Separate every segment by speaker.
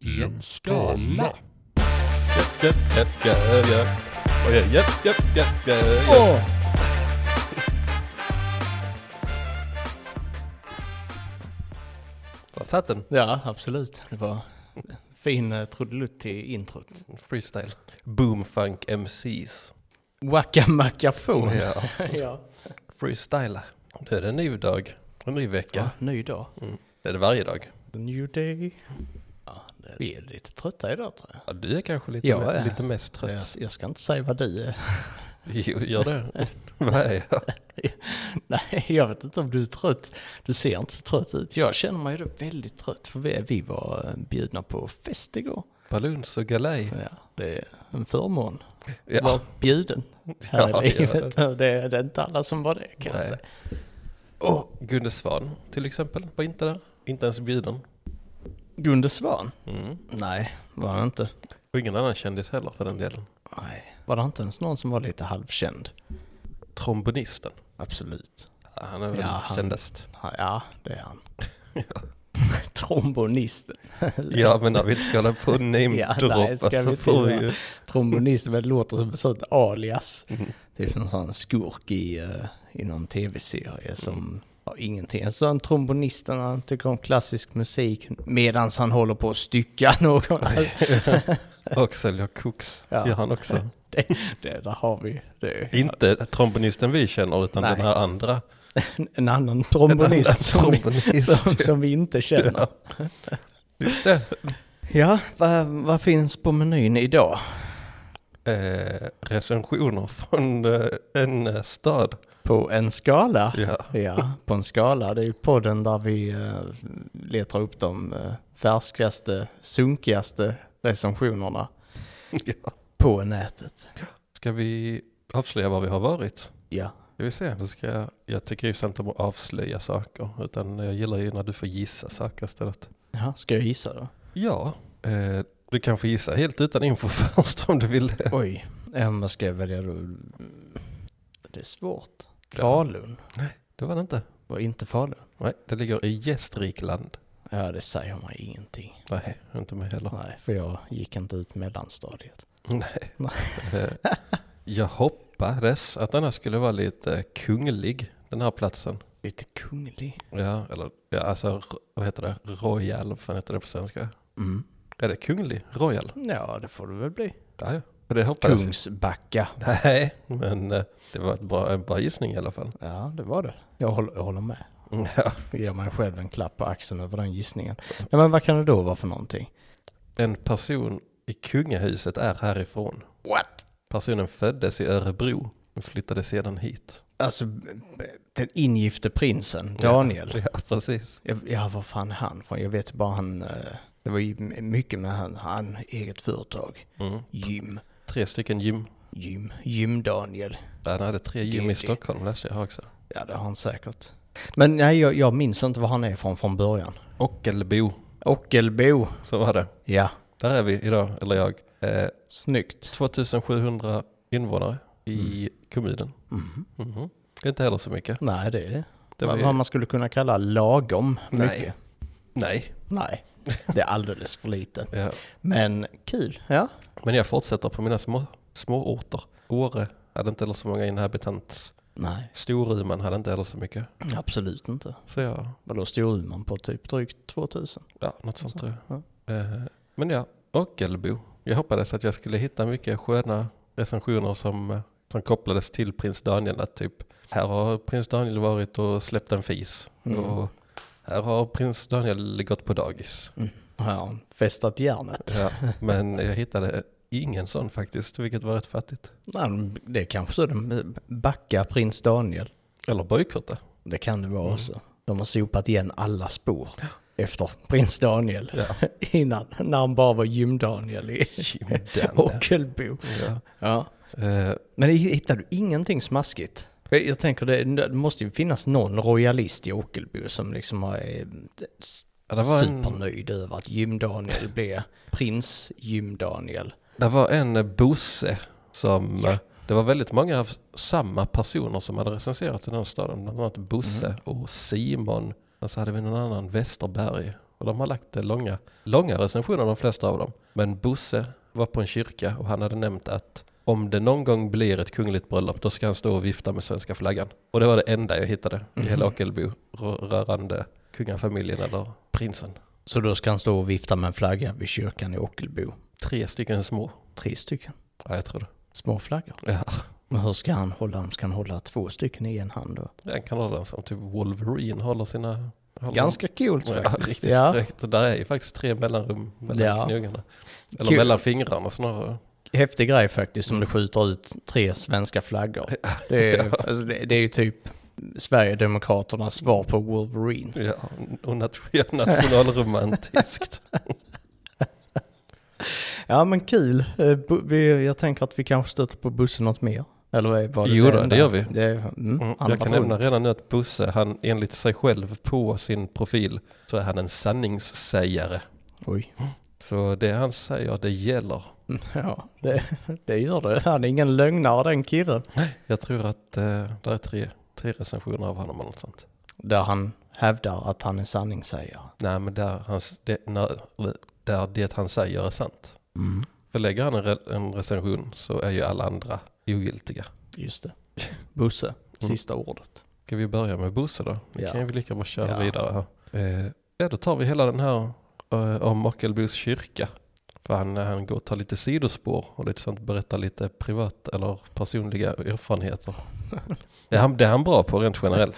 Speaker 1: i en skala.
Speaker 2: Japp, japp, japp, japp. Oj, japp, japp, japp, japp, japp.
Speaker 1: Åh!
Speaker 2: Där satt den.
Speaker 1: Ja, absolut. Det var fin eh, trudelutt till introt.
Speaker 2: Freestyle. Boomfunk MCs.
Speaker 1: Wacka mackafon.
Speaker 2: Ja.
Speaker 1: ja.
Speaker 2: Freestyla. Nu är det en ny dag. En ny vecka.
Speaker 1: Ny dag.
Speaker 2: Det är det varje dag.
Speaker 1: The new day. Ja, det- vi är lite trötta idag tror jag.
Speaker 2: Ja, du är kanske lite,
Speaker 1: Jag
Speaker 2: me-
Speaker 1: är.
Speaker 2: lite mest trött.
Speaker 1: Jag, jag ska inte säga vad du är.
Speaker 2: Jo, gör det. Vad är jag?
Speaker 1: Nej, jag vet inte om du är trött. Du ser inte så trött ut. Jag känner mig då väldigt trött för vi, vi var eh, bjudna på fest igår.
Speaker 2: Balloons och galej.
Speaker 1: Ja, det är en förmån.
Speaker 2: Mm. Ja.
Speaker 1: Var bjuden här
Speaker 2: Ja,
Speaker 1: i livet. Och Det, det är inte alla som var det kan jag
Speaker 2: Nej.
Speaker 1: säga.
Speaker 2: Och Gunde Svan till exempel var inte där. Inte ens bjuden.
Speaker 1: Gunde Svan?
Speaker 2: Mm.
Speaker 1: Nej, var han inte.
Speaker 2: Och ingen annan kändis heller för den delen.
Speaker 1: Nej. Var det inte ens någon som var lite halvkänd?
Speaker 2: Trombonisten.
Speaker 1: Absolut.
Speaker 2: Ja, Han är väl
Speaker 1: Ja, han-
Speaker 2: kändast.
Speaker 1: Ja, det är han. Trombonisten.
Speaker 2: Ja, men när vi inte ska hålla på och
Speaker 1: Ja, nej,
Speaker 2: namedroppa
Speaker 1: ska vi
Speaker 2: så
Speaker 1: inte
Speaker 2: får vi
Speaker 1: göra.
Speaker 2: ju...
Speaker 1: Trombonisten men det låter som ett sånt alias. Typ en sån skurk i, eh, i någon tv-serie som har ingenting. Så en trombonisten han tycker om klassisk musik medan han håller på att stycka någon.
Speaker 2: Och säljer koks.
Speaker 1: Ja.
Speaker 2: Gör han också.
Speaker 1: det, det, där har vi det.
Speaker 2: Inte trombonisten vi känner, utan
Speaker 1: Nej.
Speaker 2: den här andra.
Speaker 1: En annan trombonist, som, vi-
Speaker 2: trombonist,
Speaker 1: som,
Speaker 2: ja.
Speaker 1: som vi inte känner.
Speaker 2: Ja. Just det.
Speaker 1: Ja, vad, vad finns på menyn idag?
Speaker 2: Eh, recensioner från eh, en eh, stad.
Speaker 1: På en skala?
Speaker 2: Ja.
Speaker 1: Ja, på en skala. Det är ju podden där vi eh, letar upp de eh, färskaste, sunkigaste recensionerna
Speaker 2: ja.
Speaker 1: på nätet.
Speaker 2: Ska vi avslöja var vi har varit?
Speaker 1: Ja,
Speaker 2: Ska vi se. Då Ska jag, jag tycker ju inte om att avslöja saker, utan jag gillar ju när du får gissa saker istället.
Speaker 1: Jaha, ska jag gissa då?
Speaker 2: Ja, eh, du kan få gissa helt utan info först om du vill det.
Speaker 1: Oj, eh, vad ska jag välja då? Mm, Det är svårt. Falun?
Speaker 2: Det var det inte.
Speaker 1: Var inte Falun?
Speaker 2: Nej, det ligger i Gästrikland.
Speaker 1: Ja, det säger mig ingenting.
Speaker 2: Nej, inte mig heller.
Speaker 1: Nej, för jag gick inte ut mellanstadiet.
Speaker 2: Nej.
Speaker 1: Nej.
Speaker 2: Eh, jag hoppades att den här skulle vara lite kunglig, den här platsen.
Speaker 1: Lite kunglig.
Speaker 2: Ja, eller ja, alltså, r- vad heter det? Royal, vad fan heter det på svenska?
Speaker 1: Mm.
Speaker 2: Är det kunglig? Royal?
Speaker 1: Ja, det får det väl bli.
Speaker 2: Ja, ja. För det hoppades jag.
Speaker 1: Kungsbacka.
Speaker 2: Nej, men eh, det var ett bra, en bra gissning i alla fall.
Speaker 1: Ja, det var det. Jag håller, jag håller med.
Speaker 2: Mm, Ja.
Speaker 1: Jag ger mig själv en klapp på axeln över den gissningen. Ja, men vad kan det då vara för någonting?
Speaker 2: En person i kungahuset är härifrån.
Speaker 1: What?
Speaker 2: Personen föddes i Örebro men flyttade sedan hit.
Speaker 1: Alltså, b- b- den ingifte prinsen, Daniel.
Speaker 2: Ja, ja precis.
Speaker 1: Ja, ja vad fan är han från? Jag vet bara han... eh, Det var ju m- mycket med han, han eget företag.
Speaker 2: Mm.
Speaker 1: Gym.
Speaker 2: Tre stycken gym.
Speaker 1: Gym. Gym-Daniel.
Speaker 2: Ja, Han hade tre gym
Speaker 1: Det-
Speaker 2: i
Speaker 1: det-
Speaker 2: Stockholm läste jag också.
Speaker 1: Ja, det har han säkert. Men nej, jag, jag minns inte var han är från från början.
Speaker 2: Ockelbo,
Speaker 1: Ockelbo.
Speaker 2: så var det.
Speaker 1: Ja,
Speaker 2: Där är vi idag, eller jag. Eh,
Speaker 1: snyggt.
Speaker 2: 2700 invånare i kommunen.
Speaker 1: Mhm.
Speaker 2: Mhm. Det är inte heller så mycket.
Speaker 1: Nej, det är
Speaker 2: Det var ju-
Speaker 1: vad man skulle kunna kalla lagom
Speaker 2: Nej.
Speaker 1: mycket.
Speaker 2: Nej.
Speaker 1: Nej, det är alldeles för lite.
Speaker 2: Ja.
Speaker 1: Men kul, ja.
Speaker 2: Men jag fortsätter på mina små, små orter. Åre hade inte heller så många inhabitants.
Speaker 1: Nej,
Speaker 2: Storuman hade inte heller så mycket.
Speaker 1: absolut inte.
Speaker 2: Så jag,
Speaker 1: Vadå, Storuman på typ drygt 2000?
Speaker 2: ja, något sånt tror jag. Eh, Men ja, Ockelbo. Jag hoppades att jag skulle hitta mycket sköna recensioner som, eh, som kopplades till prins Daniel. Att typ, här har prins Daniel varit och släppt en fis.
Speaker 1: Mm.
Speaker 2: Och här har prins Daniel gått på dagis.
Speaker 1: Ja, festat järnet.
Speaker 2: Ja, men jag hittade ingen sån faktiskt, vilket var rätt fattigt.
Speaker 1: Nej, men det är kanske så de backar prins Daniel.
Speaker 2: Eller bojkotta.
Speaker 1: Det kan det vara
Speaker 2: Mm.
Speaker 1: också. De har sopat igen alla spår efter prins Daniel.
Speaker 2: Ja.
Speaker 1: Innan, när han bara var gym-Daniel i
Speaker 2: Gymden.
Speaker 1: Ockelbo.
Speaker 2: Ja.
Speaker 1: Ja.
Speaker 2: Eh,
Speaker 1: Men hittar du ingenting smaskigt? Jag jag tänker det, det måste ju finnas någon royalist i Ockelbo som liksom har, är
Speaker 2: ja, det, var en,
Speaker 1: supernöjd över att Gym-Daniel blev prins Gym-Daniel.
Speaker 2: det var en eh, Bosse som... eh, Det var väldigt många av s- samma personer som hade recenserat i den staden. Bland annat Bosse och Simon. Och så hade vi någon annan, Westerberg. Och de har lagt det långa, långa recensioner de flesta av dem. Men Bosse var på en kyrka och han hade nämnt att om det någon gång blir ett kungligt bröllop då ska han stå och vifta med svenska flaggan. Och det var det enda jag hittade i hela Ockelbo rö- rörande kungafamiljen eller prinsen.
Speaker 1: Så då ska han stå och vifta med en flagga vid kyrkan i Ockelbo.
Speaker 2: Tre stycken små.
Speaker 1: Tre stycken
Speaker 2: Ja, jag tror det.
Speaker 1: små flaggor.
Speaker 2: Ja,
Speaker 1: Men hur ska han hålla dem? Ska han hålla två stycken i en hand då?
Speaker 2: den kan hålla den som typ Wolverine håller sina... Håller
Speaker 1: Ganska coolt
Speaker 2: Ja,
Speaker 1: faktiskt.
Speaker 2: riktigt fräckt. Och där är ju faktiskt tre mellanrum mellan
Speaker 1: Ja.
Speaker 2: knogarna. Eller
Speaker 1: Kul.
Speaker 2: mellan fingrarna snarare.
Speaker 1: Häftig grej faktiskt om du skjuter ut tre svenska flaggor. Det är, alltså, det, det är ju typ Sverigedemokraternas svar på Wolverine.
Speaker 2: Ja, och nat- nationalromantiskt.
Speaker 1: Ja men kul. Eh, bu- vi- Jag tänker att vi kanske stöter på bussen något mer. Eller vad det
Speaker 2: Jo då,
Speaker 1: enda?
Speaker 2: det gör vi.
Speaker 1: Det, mm,
Speaker 2: Mm,
Speaker 1: andra
Speaker 2: Jag kan nämna redan nu att Bosse, han enligt sig själv på sin profil så är han en sanningssägare.
Speaker 1: Oj.
Speaker 2: Så det han säger, det gäller.
Speaker 1: Mm, Ja, det, det gör det. Han är ingen lögnare den killen.
Speaker 2: Jag tror att eh, det är tre, tre recensioner av honom eller något sånt.
Speaker 1: Där han hävdar att han är sanningssägare.
Speaker 2: Nej, men där, han, s- det, när, där det han säger är sant.
Speaker 1: Mm.
Speaker 2: För lägger han en, re, en recension så är ju alla andra ogiltiga.
Speaker 1: Just det. Bosse, sista ordet.
Speaker 2: Ska vi börja med Bosse då? Vi
Speaker 1: Ja.
Speaker 2: kan ju lika bra köra
Speaker 1: Ja.
Speaker 2: vidare här. Eh, ja, då tar vi hela den här eh, om Ockelbos kyrka. För han, eh, han går och tar lite sidospår och lite sånt, berättar lite privat eller personliga erfarenheter. det, är han, det är han bra på rent generellt.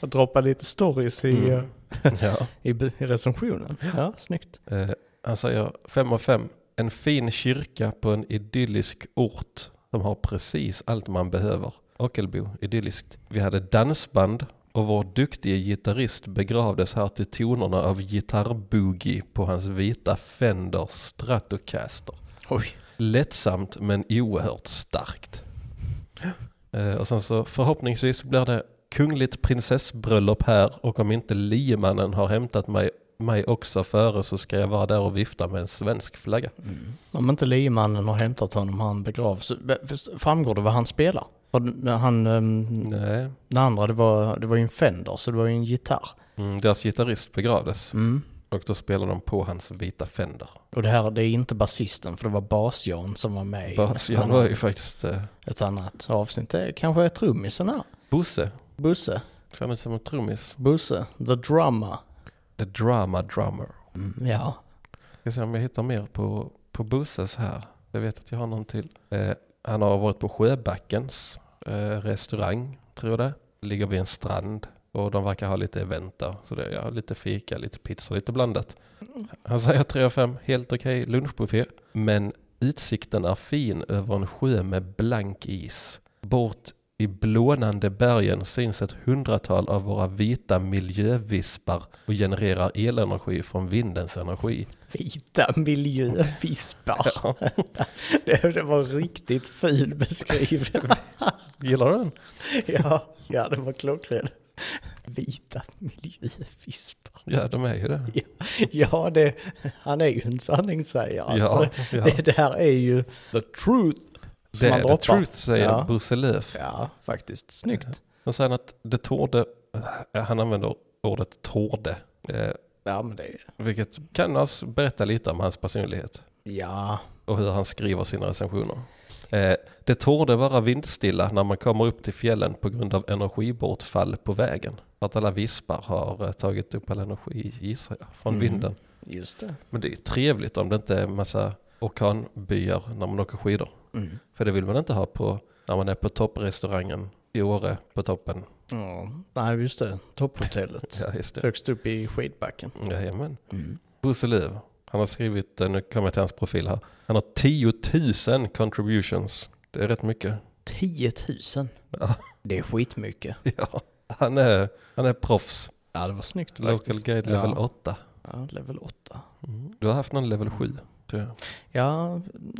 Speaker 1: Och droppa lite stories i,
Speaker 2: Mm.
Speaker 1: eh,
Speaker 2: ja.
Speaker 1: i, bu- i recensionen. Ja, snyggt.
Speaker 2: eh, han säger fem av fem. En fin kyrka på en idyllisk ort som har precis allt man behöver. Ockelbo, idylliskt. Vi hade dansband och vår duktige gitarrist begravdes här till tonerna av gitarrboogie på hans vita Fender Stratocaster.
Speaker 1: Oj.
Speaker 2: Lättsamt men oerhört starkt. Eh, Och sen så förhoppningsvis blir det kungligt prinsessbröllop här och om inte liemannen har hämtat mig, mig också före så ska jag vara där och vifta med en svensk flagga.
Speaker 1: Mm. Om inte liemannen har hämtat honom, han begravs. Be- först- Framgår det vad han spelar? Och den- Han, ehm,
Speaker 2: Nej,
Speaker 1: det andra, det var, det var ju en Fender, så det var ju en gitarr.
Speaker 2: mm, deras gitarrist begravdes
Speaker 1: Mm.
Speaker 2: och då spelade de på hans vita Fender.
Speaker 1: Och det här, det är inte basisten, för det var bas-Jan som var med
Speaker 2: Bas,
Speaker 1: i
Speaker 2: jag
Speaker 1: en
Speaker 2: var
Speaker 1: annan-
Speaker 2: ju faktiskt eh,
Speaker 1: ett annat avsnitt. Det är kanske är trummisen här.
Speaker 2: Bosse,
Speaker 1: Busse,
Speaker 2: ser ut som en trummis.
Speaker 1: Busse, the drummer.
Speaker 2: The Drama Drummer.
Speaker 1: Mm, ja,
Speaker 2: Ska se om jag hittar mer på, på Busses här. Jag vet att jag har någon till. Eh, han har varit på Sjöbackens eh, restaurang, tror jag det är. Ligger vid en strand och de verkar ha lite event där. Så det är ja, lite fika, lite pizza, lite blandat. Han säger 3 av 5, helt okej lunchbuffé. Men utsikten är fin över en sjö med blank is. Bort i blånande bergen syns ett hundratal av våra vita miljövispar och genererar elenergi från vindens energi.
Speaker 1: Vita miljövispar. det, det var riktigt ful beskriven.
Speaker 2: Gillar du den?
Speaker 1: ja, ja, det var klockren. Vita miljövispar.
Speaker 2: Ja, de är ju det.
Speaker 1: Ja, Ja, det, han är ju en sanningssägare.
Speaker 2: Ja, ja.
Speaker 1: Det, det här är ju the truth som
Speaker 2: Det
Speaker 1: han
Speaker 2: är the
Speaker 1: droppar.
Speaker 2: truth, säger
Speaker 1: Ja.
Speaker 2: Bosse Löf.
Speaker 1: Ja, faktiskt. Snyggt.
Speaker 2: Han säger att det torde, eh, han använder ordet torde, eh,
Speaker 1: Ja, men det...
Speaker 2: vilket kan alltså berätta lite om hans personlighet
Speaker 1: Ja,
Speaker 2: och hur han skriver sina recensioner. Eh, det torde vara vindstilla när man kommer upp till fjällen på grund av energibortfall på vägen. För att alla vispar har eh, tagit upp all energi, gissar jag, från
Speaker 1: Mm.
Speaker 2: vinden.
Speaker 1: just det.
Speaker 2: Men det är ju trevligt om det inte är massa orkanbyar när man åker skidor.
Speaker 1: Mm.
Speaker 2: För det vill man inte ha på när man är på topprestaurangen i Åre på toppen.
Speaker 1: Ja, nej, just det. Topphotellet.
Speaker 2: Ja, just det.
Speaker 1: Högst upp i skidbacken.
Speaker 2: Jajamän.
Speaker 1: Mm.
Speaker 2: Bosse Lööf, han har skrivit, eh, nu kommer jag till hans profil här. Han har 10 000 contributions. Det är rätt mycket.
Speaker 1: 10 000.
Speaker 2: Ja.
Speaker 1: Det är skitmycket.
Speaker 2: Ja. Han är, han är proffs.
Speaker 1: Ja, det var snyggt
Speaker 2: Local
Speaker 1: faktiskt.
Speaker 2: guide level
Speaker 1: ja.
Speaker 2: 8.
Speaker 1: Ja, level 8.
Speaker 2: Du har haft någon level 7, tror jag.
Speaker 1: Jag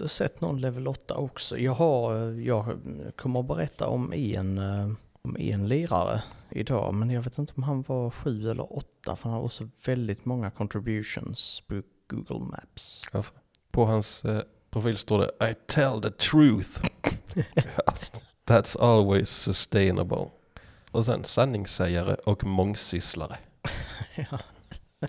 Speaker 1: har sett någon level 8 också. Jag, har, eh, jag kommer att berätta om en, eh, om en lirare idag, men jag vet inte om han var 7 eller 8, för han har också väldigt många contributions på Google Maps.
Speaker 2: På hans eh, profil står det I tell the truth. Ja, That's always sustainable. Och sen sanningssägare och mångsysslare.
Speaker 1: Ja.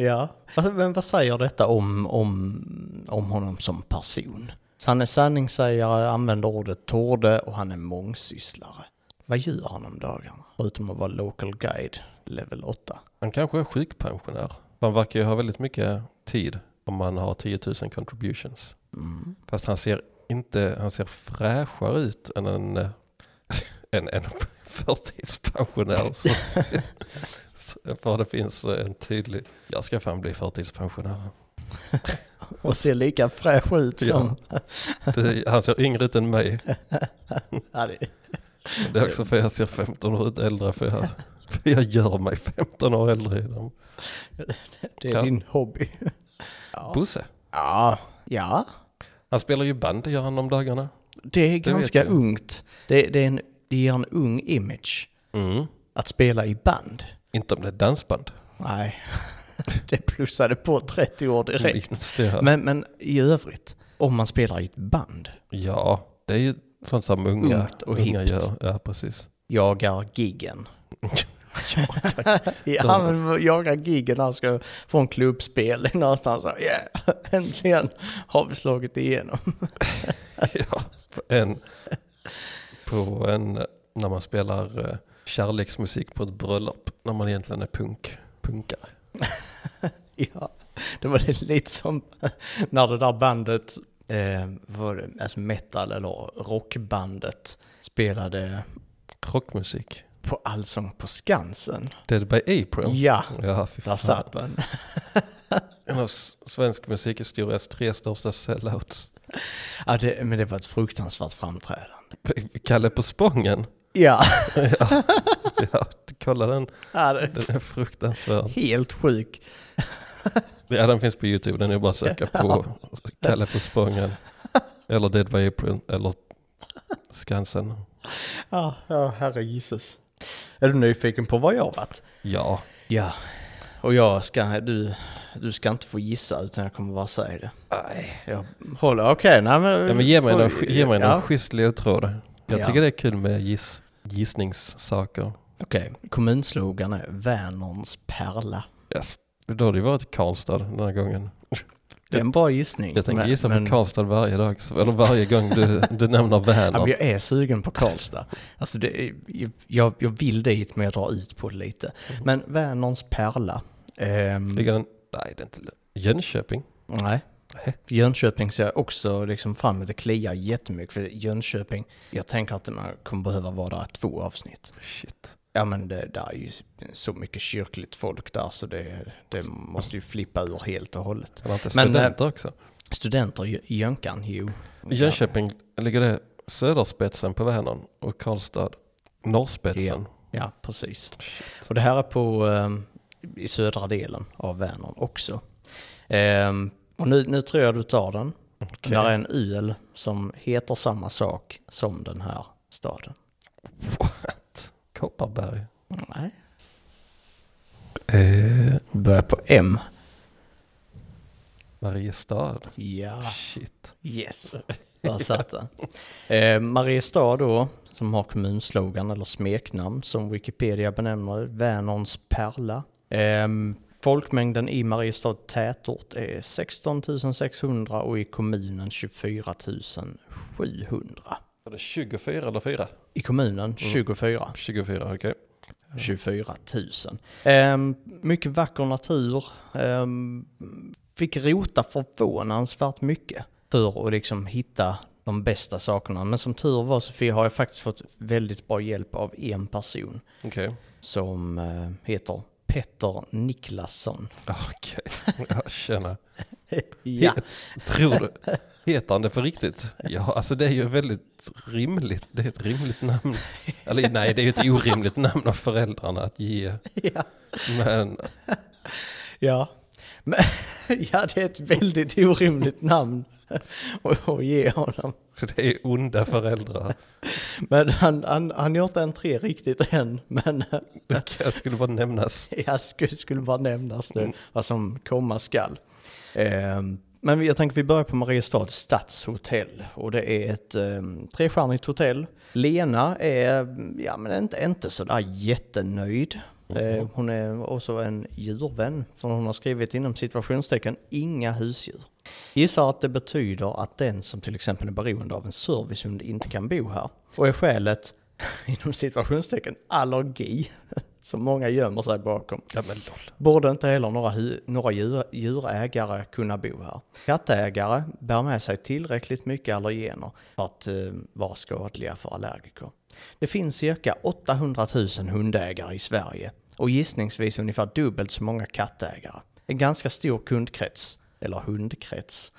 Speaker 1: Ja. Alltså, Men vad säger detta om, om, om honom som person? Så han är sanningssägare, använder ordet torde och han är mångsysslare. Vad gör han om dagarna? Förutom att vara local guide, level 8.
Speaker 2: Han kanske är sjukpensionär. Han verkar ju ha väldigt mycket tid om han har 10 000 contributions.
Speaker 1: Mm.
Speaker 2: Fast han ser inte, han ser fräschare ut än en, eh, en, en förtidspensionär. Så, så- för det finns eh, en tydlig, jag ska fan bli förtidspensionär.
Speaker 1: Och ser lika fräsch ut som...
Speaker 2: Det, han ser yngre ut än mig.
Speaker 1: Ja, det-
Speaker 2: Det är också för jag ser 15 år ut äldre för jag, för jag gör mig 15 år äldre. Inom.
Speaker 1: det är
Speaker 2: Ja.
Speaker 1: din hobby. Ja.
Speaker 2: Bosse,
Speaker 1: ja. Ja.
Speaker 2: han spelar ju band, det gör han om dagarna.
Speaker 1: Det är ganska
Speaker 2: jag.
Speaker 1: ungt. Det, det, är en, det ger en ung image
Speaker 2: Mm.
Speaker 1: att spela i band.
Speaker 2: Inte om det är dansband.
Speaker 1: Nej, det plussade på 30 år direkt.
Speaker 2: Minst det här.
Speaker 1: Men, men i övrigt, om man spelar i ett band,
Speaker 2: Ja, det är ju sånt som unga,
Speaker 1: Ungt och
Speaker 2: unga
Speaker 1: hippt.
Speaker 2: gör. Ja, precis.
Speaker 1: jagar giggen. ja, men jagar giggen när han ska få en klubbspel någonstans. Så, yeah, äntligen har vi slagit igenom.
Speaker 2: ja, på en, på en, när man spelar eh, kärleksmusik på ett bröllop, när man egentligen är punk, punkare.
Speaker 1: Ja, det var det lite som när det där bandet, eh, vad var det, alltså metal eller rockbandet spelade
Speaker 2: Rockmusik.
Speaker 1: på Allsång på Skansen.
Speaker 2: Dead by April.
Speaker 1: Ja,
Speaker 2: Ja, fy
Speaker 1: där
Speaker 2: fan.
Speaker 1: satt den.
Speaker 2: En av s- svensk musikhistorias tre största sellouts.
Speaker 1: Ja, det, men det var ett fruktansvärt framträdande.
Speaker 2: Kalle på Spången.
Speaker 1: Ja,
Speaker 2: Ja, kolla den.
Speaker 1: ja det
Speaker 2: Den är fruktansvärd.
Speaker 1: helt sjuk.
Speaker 2: Ja, den finns på YouTube. Den är bara att söka på Kalle på Spången. Eller Dead by April. Eller Skansen.
Speaker 1: Ja, ja, herre Jesus. Är du nyfiken på vad jag har varit?
Speaker 2: Ja,
Speaker 1: Ja, och jag ska, du, du ska inte få gissa utan jag kommer bara säga det. Nej. Jag håller, okej, nej men.
Speaker 2: ja men ge mig
Speaker 1: får-
Speaker 2: någon, ge mig någon
Speaker 1: ja,
Speaker 2: schysst ledtråd. Jag
Speaker 1: Ja.
Speaker 2: tycker det är kul med giss, gissningssaker.
Speaker 1: Okej, kommunslogan är Vänerns pärla.
Speaker 2: Yes. Då har det ju varit Karlstad den här gången.
Speaker 1: Det är en bra gissning.
Speaker 2: Jag tänker
Speaker 1: men-
Speaker 2: gissa
Speaker 1: men-
Speaker 2: på Karlstad varje dag. så- Eller varje gång du, du nämner
Speaker 1: Ja, men
Speaker 2: Vänern.
Speaker 1: jag är sugen på Karlstad. Alltså det är, jag, jag vill dit men jag drar ut på det lite. Men Vänerns pärla. ehm,
Speaker 2: Ligger den? Nej, Mm. det är inte Jönköping.
Speaker 1: Nej.
Speaker 2: Nej.
Speaker 1: Jönköping ser jag också liksom fram emot. Det kliar jättemycket för Jönköping. Jag tänker att man kommer behöva vara där två avsnitt.
Speaker 2: Shit.
Speaker 1: Ja men det där är ju så mycket kyrkligt folk där så det, det måste ju flippa ur helt och hållet.
Speaker 2: Han har inte
Speaker 1: Men, eh,
Speaker 2: studenter också.
Speaker 1: Studenter i Jönkan, jo.
Speaker 2: Jönköping ligger det söderspetsen på Vänern och Karlstad norrspetsen.
Speaker 1: Ja, precis.
Speaker 2: Shit.
Speaker 1: Och det här är på ehm, i södra delen av Vänern också. Ehm, och nu, nu tror jag du tar den.
Speaker 2: Okej.
Speaker 1: Där är en öl som heter samma sak som den här staden.
Speaker 2: What? Kopparberg.
Speaker 1: Nej.
Speaker 2: Eh,
Speaker 1: Börjar på M.
Speaker 2: Mariestad. Ah.
Speaker 1: Ja.
Speaker 2: Shit.
Speaker 1: Yes. Där satt den. Eh, Mariestad då, som har kommunslogan eller smeknamn som Wikipedia benämner det, Vänerns pärla. Ehm, folkmängden i Mariestad tätort är 16 600 och i kommunen 24 700.
Speaker 2: Var det 24 eller 4?
Speaker 1: I kommunen 24.
Speaker 2: 24, okej.
Speaker 1: 24 000. Ehm, mycket vacker natur. Ehm, fick rota förvånansvärt mycket för att liksom hitta de bästa sakerna. Men som tur var Sofie har jag faktiskt fått väldigt bra hjälp av en person
Speaker 2: Okej.
Speaker 1: som eh, heter Petter Niklasson.
Speaker 2: Ah, Okej. Ja, tjena.
Speaker 1: Ja,
Speaker 2: Tror du? Heter han det på riktigt? Ja, alltså det är ju väldigt rimligt. Det är ett rimligt namn. Eller nej, det är ju ett orimligt namn av föräldrarna att ge.
Speaker 1: ja,
Speaker 2: Men
Speaker 1: ja. Men, ja, det är ett väldigt orimligt namn att- att ge honom.
Speaker 2: det är onda föräldrar.
Speaker 1: Men han, han, han gör inte entré riktigt än, men eh,
Speaker 2: Det skulle bara nämnas.
Speaker 1: Jag skulle, skulle bara nämnas nu vad som komma skall. Ehm, men jag tänker vi börjar på Mariestads stadshotell och det är ett um, trestjärnigt hotell. Lena är ja, men inte, inte sådär jättenöjd Eh, Hon är också en djurvän, för hon har skrivit inom situationstecken inga husdjur. Gissar att det betyder att den som till exempel är beroende av en servicehund inte kan bo här. Och är skälet, inom situationstecken allergi, som många gömmer sig bakom.
Speaker 2: Ja men lol.
Speaker 1: Borde inte heller några, hu- några djur, djurägare kunna bo här. Kattägare bär med sig tillräckligt mycket allergener för att eh, vara skadliga för allergiker. Det finns cirka 800 000 hundägare i Sverige och gissningsvis ungefär dubbelt så många kattägare. En ganska stor kundkrets, eller hundkrets.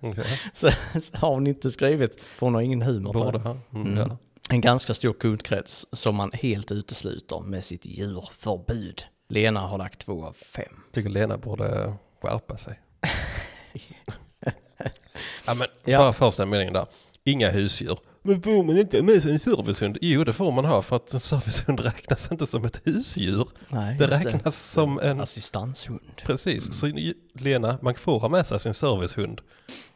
Speaker 2: Okej.
Speaker 1: Så, så har hon inte skrivit, för hon har ingen humor. tror jag.
Speaker 2: Borde ha. Mm, ja.
Speaker 1: En ganska stor kundkrets som man helt utesluter med sitt djurförbud. Lena har lagt två av fem.
Speaker 2: Tycker Lena borde skärpa sig. ja men
Speaker 1: Ja.
Speaker 2: bara första meningen där. Inga husdjur. Men får man inte ha med sig en servicehund? Jo det får man ha för att en servicehund räknas inte som ett husdjur.
Speaker 1: Nej,
Speaker 2: Det
Speaker 1: just Alltså,
Speaker 2: räknas som en...
Speaker 1: Assistanshund.
Speaker 2: Precis, så ju- Lena, man får ha med sig sin servicehund.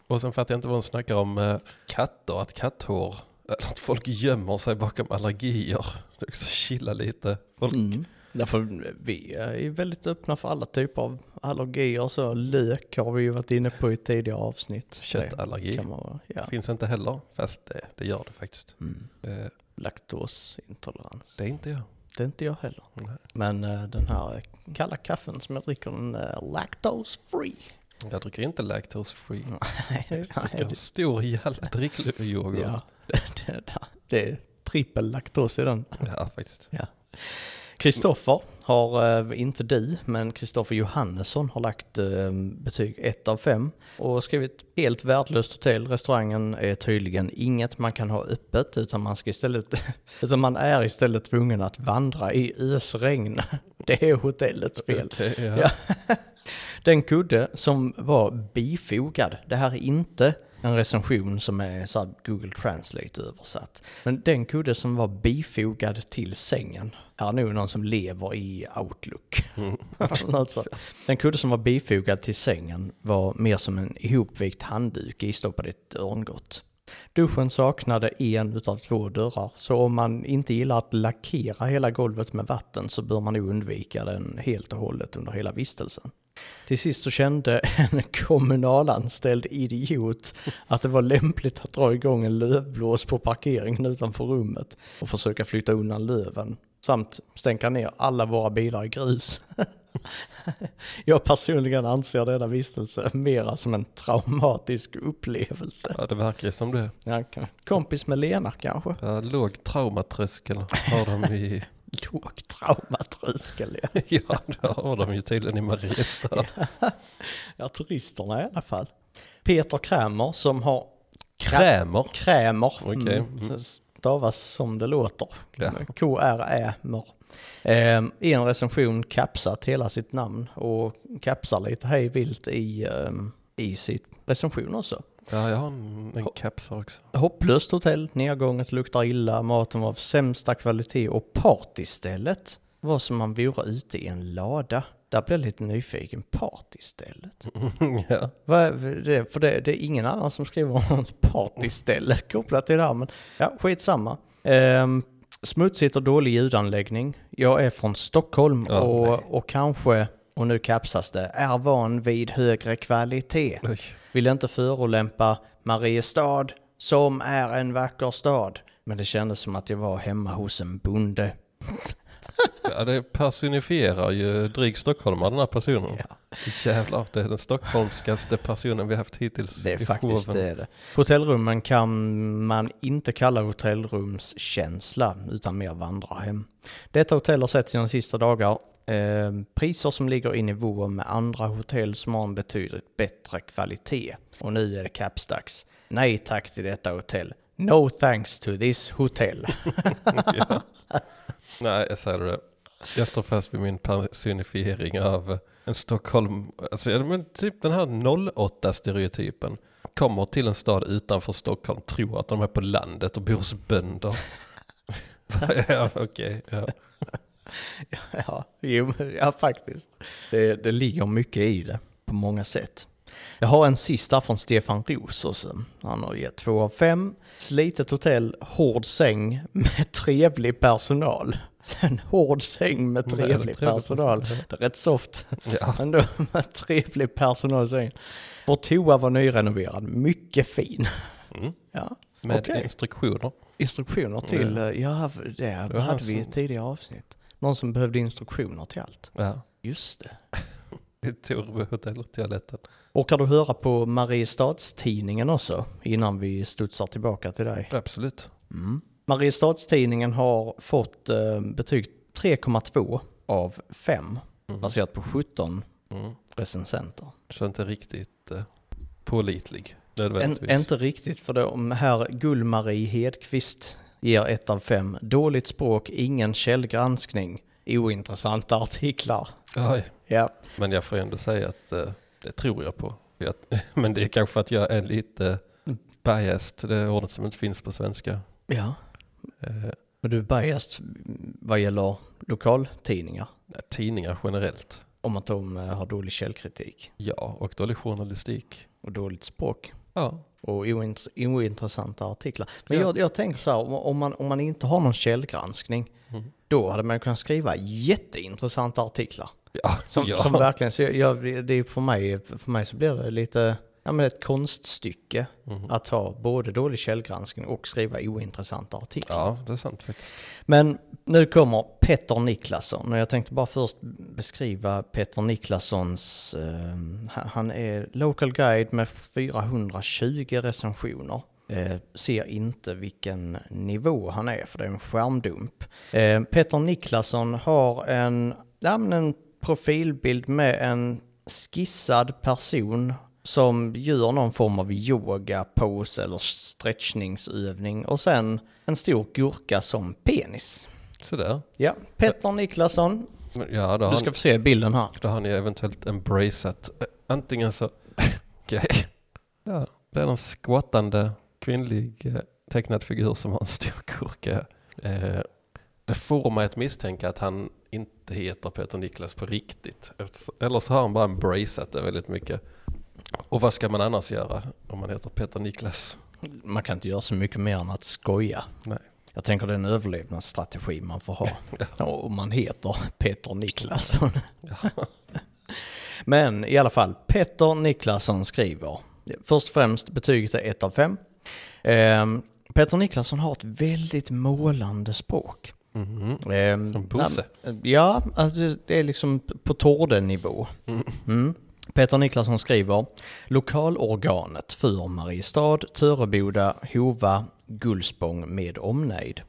Speaker 2: Och sen fattar jag inte vad hon snackar om eh, katter, att katthår, eller att folk gömmer sig bakom allergier. Det är också chilla lite. Folk,
Speaker 1: Mm. Därför vi är väldigt öppna för alla typer av allergier. Så lök har vi ju varit inne på i tidigare avsnitt. Det
Speaker 2: Köttallergi
Speaker 1: kan man vara. Ja.
Speaker 2: finns inte heller, fast det, det gör det faktiskt.
Speaker 1: Mm.
Speaker 2: Eh,
Speaker 1: Laktosintolerans.
Speaker 2: Det är inte jag.
Speaker 1: Det är inte jag heller.
Speaker 2: Nej.
Speaker 1: Men eh, den här eh, kalla kaffen som jag dricker den eh, är lactose free.
Speaker 2: Jag dricker inte lactose free.
Speaker 1: Mm. Nej,
Speaker 2: Jag dricker en stor jävla drickyoghurt.
Speaker 1: ja.
Speaker 2: Ja.
Speaker 1: det, det, det är trippel laktos i den.
Speaker 2: ja, faktiskt.
Speaker 1: Kristoffer har, eh, inte du, men Kristoffer Johannesson har lagt eh, betyg 1 av 5 och skrivit helt värdelöst hotell. Restaurangen är tydligen inget man kan ha öppet utan man ska istället, utan man är istället tvungen att vandra i ösregn. Det är hotellets fel.
Speaker 2: Okej, ja.
Speaker 1: Ja. Den kudde som var bifogad, det här är inte en recension som är så här Google Translate översatt. Men den kudde som var bifogad till sängen, här är nog någon som lever i Outlook.
Speaker 2: Mm.
Speaker 1: alltså, den kudde som var bifogad till sängen var mer som en ihopvikt handduk istoppad i ett örngott. Duschen saknade en utav två dörrar, så om man inte gillar att lackera hela golvet med vatten så bör man nog undvika den helt och hållet under hela vistelsen. Till sist så kände en kommunalanställd idiot att det var lämpligt att dra igång en lövblås på parkeringen utanför rummet och försöka flytta undan löven samt stänka ner alla våra bilar i grus. Jag personligen anser denna vistelse mera som en traumatisk upplevelse.
Speaker 2: ja, det verkar ju som det.
Speaker 1: Ja, kan- kompis med Lena kanske?
Speaker 2: Ja, låg traumatröskel har de i...
Speaker 1: Låg traumatröskel, ja.
Speaker 2: ja, det har de ju tydligen i Mariestad.
Speaker 1: ja. turisterna i alla fall. Peter Krämer som har
Speaker 2: Krämer.
Speaker 1: Krämer.
Speaker 2: Okej.
Speaker 1: Mm. så Stavas som det låter.
Speaker 2: Ja.
Speaker 1: K-R-Ä-mer. Ehm, I en recension kapsat hela sitt namn och kapsar lite hej vilt i, ehm, i sitt recension också.
Speaker 2: Ja, jag har
Speaker 1: Mm.
Speaker 2: en, en keps här också.
Speaker 1: Hopplöst hotell, nedgånget, luktar illa, maten var av sämsta kvalitet och partystället var som man vore ute i en lada. Där blev jag lite nyfiken. Partystället?
Speaker 2: Mm, ja.
Speaker 1: Vad är det? För det, det är ingen annan som skriver om ett partyställe kopplat till det här. Men ja, skitsamma. Ehm, smutsigt och dålig ljudanläggning. Jag är från Stockholm
Speaker 2: Ja, nej.
Speaker 1: och, och kanske, och nu kapsas det, är van vid högre kvalitet.
Speaker 2: Oj.
Speaker 1: Vill inte förolämpa Mariestad som är en vacker stad. Men det kändes som att jag var hemma hos en bonde.
Speaker 2: Ja, det personifierar ju dryg stockholmare den här personen.
Speaker 1: Ja.
Speaker 2: Jävlar, det är den stockholmskaste personen vi haft hittills
Speaker 1: Det är
Speaker 2: i
Speaker 1: faktiskt
Speaker 2: showen.
Speaker 1: det är det. Hotellrummen kan man inte kalla hotellrumskänsla utan mer vandrarhem. Detta hotell har sett sina sista dagar. Eh, priser som ligger i nivå med andra hotell som har en betydligt bättre kvalitet. Och nu är det capsdags. Nej tack till detta hotell. No thanks to this hotel.
Speaker 2: ja. Nej, jag säger det. Jag står fast vid min personifiering av en Stockholm, alltså ja, men typ den här 08-stereotypen. Kommer till en stad utanför Stockholm, tror att de är på landet och bor hos bönder. ja, okej. ja.
Speaker 1: Ja, jo, men- ja faktiskt. Det, det ligger mycket i det på många sätt. Jag har en sista från Stefan Roos också. Han har gett två av fem. Slitet hotell, hård säng med trevlig personal. En hård säng med
Speaker 2: det är
Speaker 1: trevlig
Speaker 2: trevlig
Speaker 1: personal.
Speaker 2: personal,
Speaker 1: Det är rätt soft.
Speaker 2: Ja.
Speaker 1: Men då med trevlig personal i sängen. Vår toa var nyrenoverad, mycket fin.
Speaker 2: Mm.
Speaker 1: Ja.
Speaker 2: Med
Speaker 1: Okej.
Speaker 2: instruktioner.
Speaker 1: Instruktioner till, eh, ja det, alltså-
Speaker 2: var han
Speaker 1: hade vi i
Speaker 2: som-
Speaker 1: tidigare avsnitt. Någon som behövde instruktioner till allt.
Speaker 2: Ja.
Speaker 1: Just det.
Speaker 2: I Torbyhotelltoaletten.
Speaker 1: Orkar du höra på Mariestadstidningen också innan vi studsar tillbaka till dig?
Speaker 2: Absolut.
Speaker 1: Mm. Mariestadstidningen har fått eh, betyg 3,2 av 5
Speaker 2: Mhm.
Speaker 1: baserat på 17
Speaker 2: Mm.
Speaker 1: recensenter.
Speaker 2: Så inte riktigt eh, pålitlig
Speaker 1: En,
Speaker 2: nödvändigtvis.
Speaker 1: inte riktigt för det om herr Gullmarie Hedqvist ger 1 av 5. Dåligt språk, ingen källgranskning, ointressanta artiklar.
Speaker 2: Aj.
Speaker 1: Ja,
Speaker 2: Men jag får ändå säga att eh, det tror jag på. Jag, men det är kanske för att jag är lite biased. Det är ordet som inte finns på svenska.
Speaker 1: ja.
Speaker 2: Eh,
Speaker 1: Men du är biased mm, vad gäller lokaltidningar.
Speaker 2: tidningar generellt.
Speaker 1: Om att de eh, har dålig källkritik
Speaker 2: Ja, och dålig journalistik.
Speaker 1: och dåligt språk.
Speaker 2: Ja,
Speaker 1: och ointress- ointressanta artiklar. Men
Speaker 2: Ja.
Speaker 1: jag, jag tänker så här, om, om, man, om man inte har någon källgranskning,
Speaker 2: Mm.
Speaker 1: då hade man kunnat skriva jätteintressanta artiklar.
Speaker 2: ja.
Speaker 1: Som,
Speaker 2: ja.
Speaker 1: som verkligen, så jag, jag, det är för, mig, för mig så blir det lite, ja men ett konststycke
Speaker 2: Mhm.
Speaker 1: att ha både dålig källgranskning och skriva ointressanta artiklar.
Speaker 2: ja, det är sant faktiskt.
Speaker 1: Men nu kommer Petter Niklasson och jag tänkte bara först beskriva Petter Niklassons, eh, han- han är local guide med 420 recensioner. Eh, ser inte vilken nivå han är för det är en skärmdump. Eh, Petter Niklasson har en, ja, men en profilbild med en skissad person som gör någon form av yoga, pose eller stretchningsövning och sen en stor gurka som penis.
Speaker 2: Sådär.
Speaker 1: Ja, Petter Niklasson.
Speaker 2: Men, ja, då har,
Speaker 1: Du ska
Speaker 2: ni,
Speaker 1: få se bilden här.
Speaker 2: då har ni eventuellt embraceat. eh, Antingen så... Okej. Ja, det är någon squattande kvinnlig eh, tecknad figur som har en stor kurka. Eh, det får mig att misstänka att han inte heter Peter Niklas på riktigt. Eftersom- Eller så har han bara embraceat det väldigt mycket. Och vad ska man annars göra om man heter Peter Niklas?
Speaker 1: Man kan inte göra så mycket mer än att skoja.
Speaker 2: Nej.
Speaker 1: Jag tänker det är en överlevnadsstrategi man får ha. Ja, Och man heter Petter Niklasson. Men i alla fall, Petter Niklasson skriver. Först och främst, betyget är 1 av 5. Ehm, Petter Niklasson har ett väldigt målande språk.
Speaker 2: Mhm.
Speaker 1: Ehm,
Speaker 2: Som Bosse.
Speaker 1: Ja, alltså det- det är liksom på Torde-nivå. Mm. Peter Niklasson skriver Lokalorganet för Mariestad, Töreboda, Hova, Gullspång med omnejd.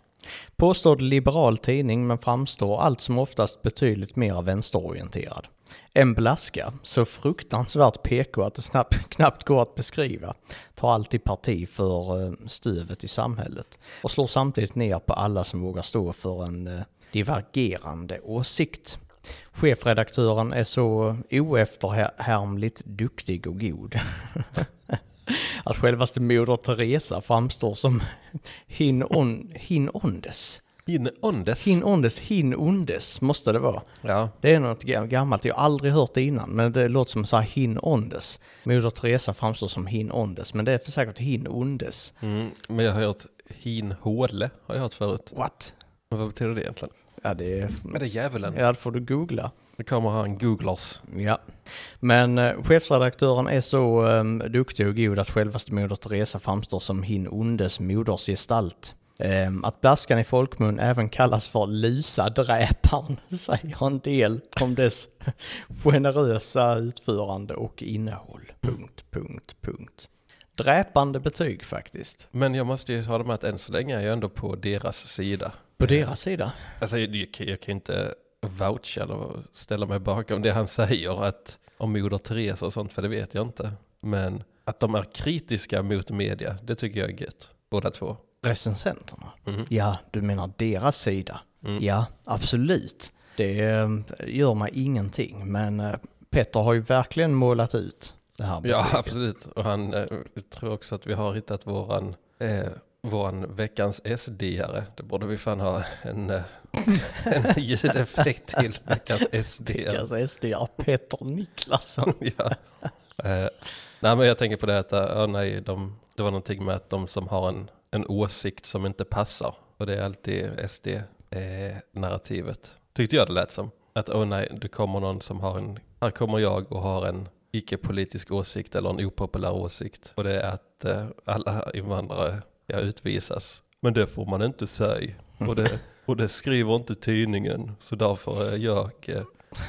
Speaker 1: Påstådd liberal tidning men framstår allt som oftast betydligt mer vänsterorienterad. En blaska, så fruktansvärt PK att det snabbt, knappt går att beskriva, tar alltid parti för eh, stövet i samhället och slår samtidigt ner på alla som vågar stå för en eh, divergerande åsikt. Chefredaktören är så oefterhärmligt duktig och god. Att självaste Moder Teresa framstår som hin, on, hin ondes.
Speaker 2: In ondes.
Speaker 1: Hin ondes, hin ondes måste det vara.
Speaker 2: Ja,
Speaker 1: Det är något gam- gammalt, jag har aldrig hört det innan, men det låter som så här hin ondes. Moder Teresa framstår som hin ondes, men det är för säkert hin ondes.
Speaker 2: mm. men jag har hört hinhåle har jag hört förut.
Speaker 1: What?
Speaker 2: Men vad betyder det egentligen?
Speaker 1: Ja, det är...
Speaker 2: Men det är djävulen.
Speaker 1: Ja, det får du googla.
Speaker 2: Nu kommer han googlers.
Speaker 1: Ja, men eh, chefredaktören är så um, duktig och god att självaste Moder Teresa framstår som hin ondes moders gestalt. Ehm, att blaskan i folkmun även kallas för lusadräparen säger en del om dess generösa utförande och innehåll. Punkt, punkt, punkt. Dräpande betyg faktiskt.
Speaker 2: Men jag måste ju ha det med att än så länge är jag ändå på deras sida.
Speaker 1: På deras sida.
Speaker 2: Alltså jag, jag, kan- jag kan inte voucha eller ställa mig bakom det han säger att om Moder Teresa och sånt, för det vet jag inte. Men att de är kritiska mot media, det tycker jag är gött. Båda två.
Speaker 1: Recensenterna?
Speaker 2: Mhm.
Speaker 1: Ja, du menar deras sida?
Speaker 2: Mm.
Speaker 1: Ja, absolut. Det eh, gör mig ingenting, men eh, Petter har ju verkligen målat ut det här.
Speaker 2: Ja, absolut. Och han eh, jag tror också att vi har hittat våran, eh, våran veckans SD-are. Det borde vi fan ha en, eh, en ljudeffekt till, veckans SD-are.
Speaker 1: Veckans SD är Petter Niklasson.
Speaker 2: ja. Eh, nej men jag tänker på det att, eh, ja, nej, de, det var någonting med att de som har en, en åsikt som inte passar. Och det är alltid SD. eh, narrativet. Tyckte jag det lät som. Att åh nej, det kommer någon som har en, här kommer jag och har en icke-politisk åsikt eller en opopulär åsikt. Och det är att eh, alla invandrare ja, utvisas. Men det får man inte säga. Och det, och det skriver inte tidningen. Så därför är jag, eh,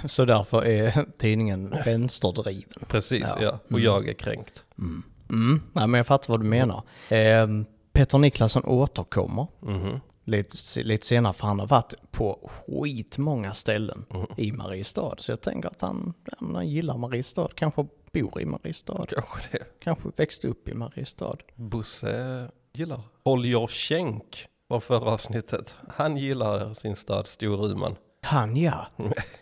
Speaker 1: Så därför är tidningen vänsterdriven.
Speaker 2: precis
Speaker 1: Ja.
Speaker 2: ja, och jag är kränkt.
Speaker 1: Mm. Mm. Nej, men jag fattar vad du menar. Ehm, Peter Niklasson återkommer
Speaker 2: Mhm.
Speaker 1: lite, lite senare för han har varit på skitmånga ställen i Mariestad. Så jag tänker att han, ja, men han gillar Mariestad, kanske bor i Mariestad,
Speaker 2: Kanske det.
Speaker 1: kanske växte upp i Mariestad.
Speaker 2: Bosse gillar Håll your skänk var förra avsnittet. Han gillar sin stad Storuman.
Speaker 1: Han ja.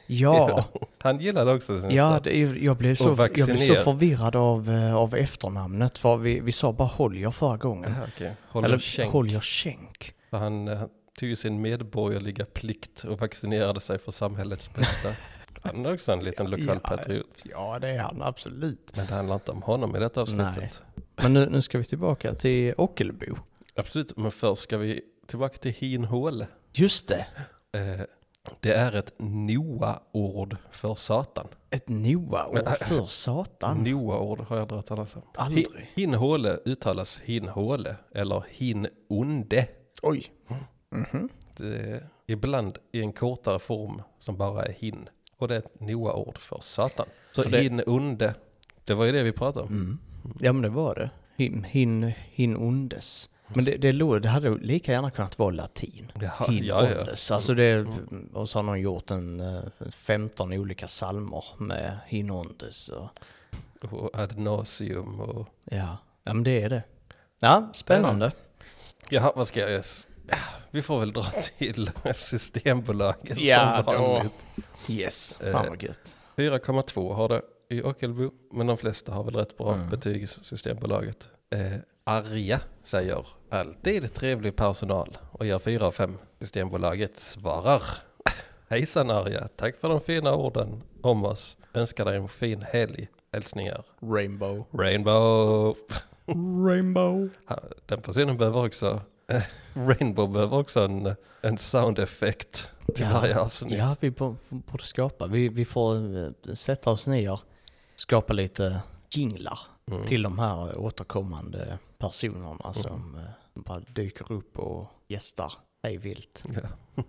Speaker 1: Ja,
Speaker 2: Han gillade också sin
Speaker 1: ja
Speaker 2: stad.
Speaker 1: det, är- jag, blev
Speaker 2: Och
Speaker 1: så, jag blev så
Speaker 2: vaccinerad.
Speaker 1: förvirrad av, eh, av efternamnet. För vi, vi sa bara Holger förra gången.
Speaker 2: Ja, okej. Håll
Speaker 1: Eller
Speaker 2: your skänk.
Speaker 1: Holger Schenk.
Speaker 2: För Han eh, tog sin medborgerliga plikt och vaccinerade sig för samhällets bästa. Han är också en liten lokal
Speaker 1: Ja.
Speaker 2: patriot.
Speaker 1: Ja, det är han absolut.
Speaker 2: Men det handlar inte om honom i detta avsnittet.
Speaker 1: Men nu, nu ska vi tillbaka till Ockelbo.
Speaker 2: Absolut, men först ska vi tillbaka till Hinhål.
Speaker 1: Just det,
Speaker 2: Eh, det är ett Noa-ord för Satan.
Speaker 1: ett Noa-ord för satan.
Speaker 2: Noa-ord har jag dragit talas om.
Speaker 1: Aldrig.
Speaker 2: Hi- Hinhåle uttalas hinhåle eller hinonde.
Speaker 1: Oj. Mhm.
Speaker 2: Det- Ibland i en kortare form som bara är hin. Och det är ett noa-ord för satan. Så
Speaker 1: För det- Mm.
Speaker 2: hinonde, det var ju det vi pratade om.
Speaker 1: Ja men det var det. Hin, hin, hin ondes. Men det, det, låg, det hade lika gärna kunnat vara latin.
Speaker 2: Jaha,
Speaker 1: hin
Speaker 2: ja, ja.
Speaker 1: ondes. Alltså det, och så har någon gjort en eh, 15 olika psalmer med hin ondes. Och,
Speaker 2: Och ad nauseum och...
Speaker 1: ja. ja men det är det. Ja, spännande.
Speaker 2: Jaha, vad ska jag göra? Ja, Vi får väl dra till Systembolaget
Speaker 1: Ja,
Speaker 2: som
Speaker 1: då.
Speaker 2: vanligt.
Speaker 1: Yes,
Speaker 2: Eh,
Speaker 1: fan vad gött.
Speaker 2: 4,2 har det i Ockelbo, men de flesta har väl rätt bra betyg i Systembolaget. Eh, Mm. arga säger alltid trevlig personal och gör 4 av 5. Systembolaget svarar. Hejsan Arja, tack för de fina orden om oss. Önskar dig en fin helg. Hälsningar
Speaker 1: Rainbow.
Speaker 2: Rainbow.
Speaker 1: Rainbow.
Speaker 2: Ha, Den personen behöver också, eh, Rainbow behöver också en, en soundeffekt till
Speaker 1: Ja.
Speaker 2: varje avsnitt.
Speaker 1: Ja, vi b- borde skapa. Vi, vi får eh, sätta oss ner, skapa lite jinglar
Speaker 2: Mm.
Speaker 1: till de här återkommande personerna som eh, bara dyker upp och gästar hej vilt.
Speaker 2: Ja.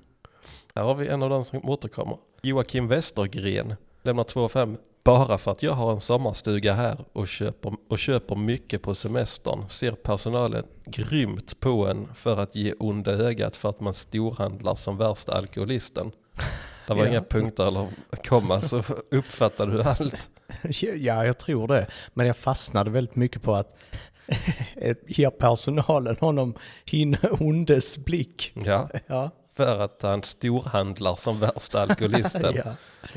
Speaker 2: Här har vi en av dem som återkommer. Joakim Westergren lämnar 2,5. Bara för att jag har en sommarstuga här och köper, och köper mycket på semestern ser personalen grymt på en för att ge onda ögat för att man storhandlar som värsta alkoholisten. Det var
Speaker 1: Ja.
Speaker 2: inga punkter eller komma så uppfattade du allt.
Speaker 1: ja, jag tror det. Men jag fastnade väldigt mycket på att ge personalen honom hin ondes blick.
Speaker 2: Ja,
Speaker 1: Ja,
Speaker 2: för att han storhandlar som värsta alkoholisten.
Speaker 1: ja.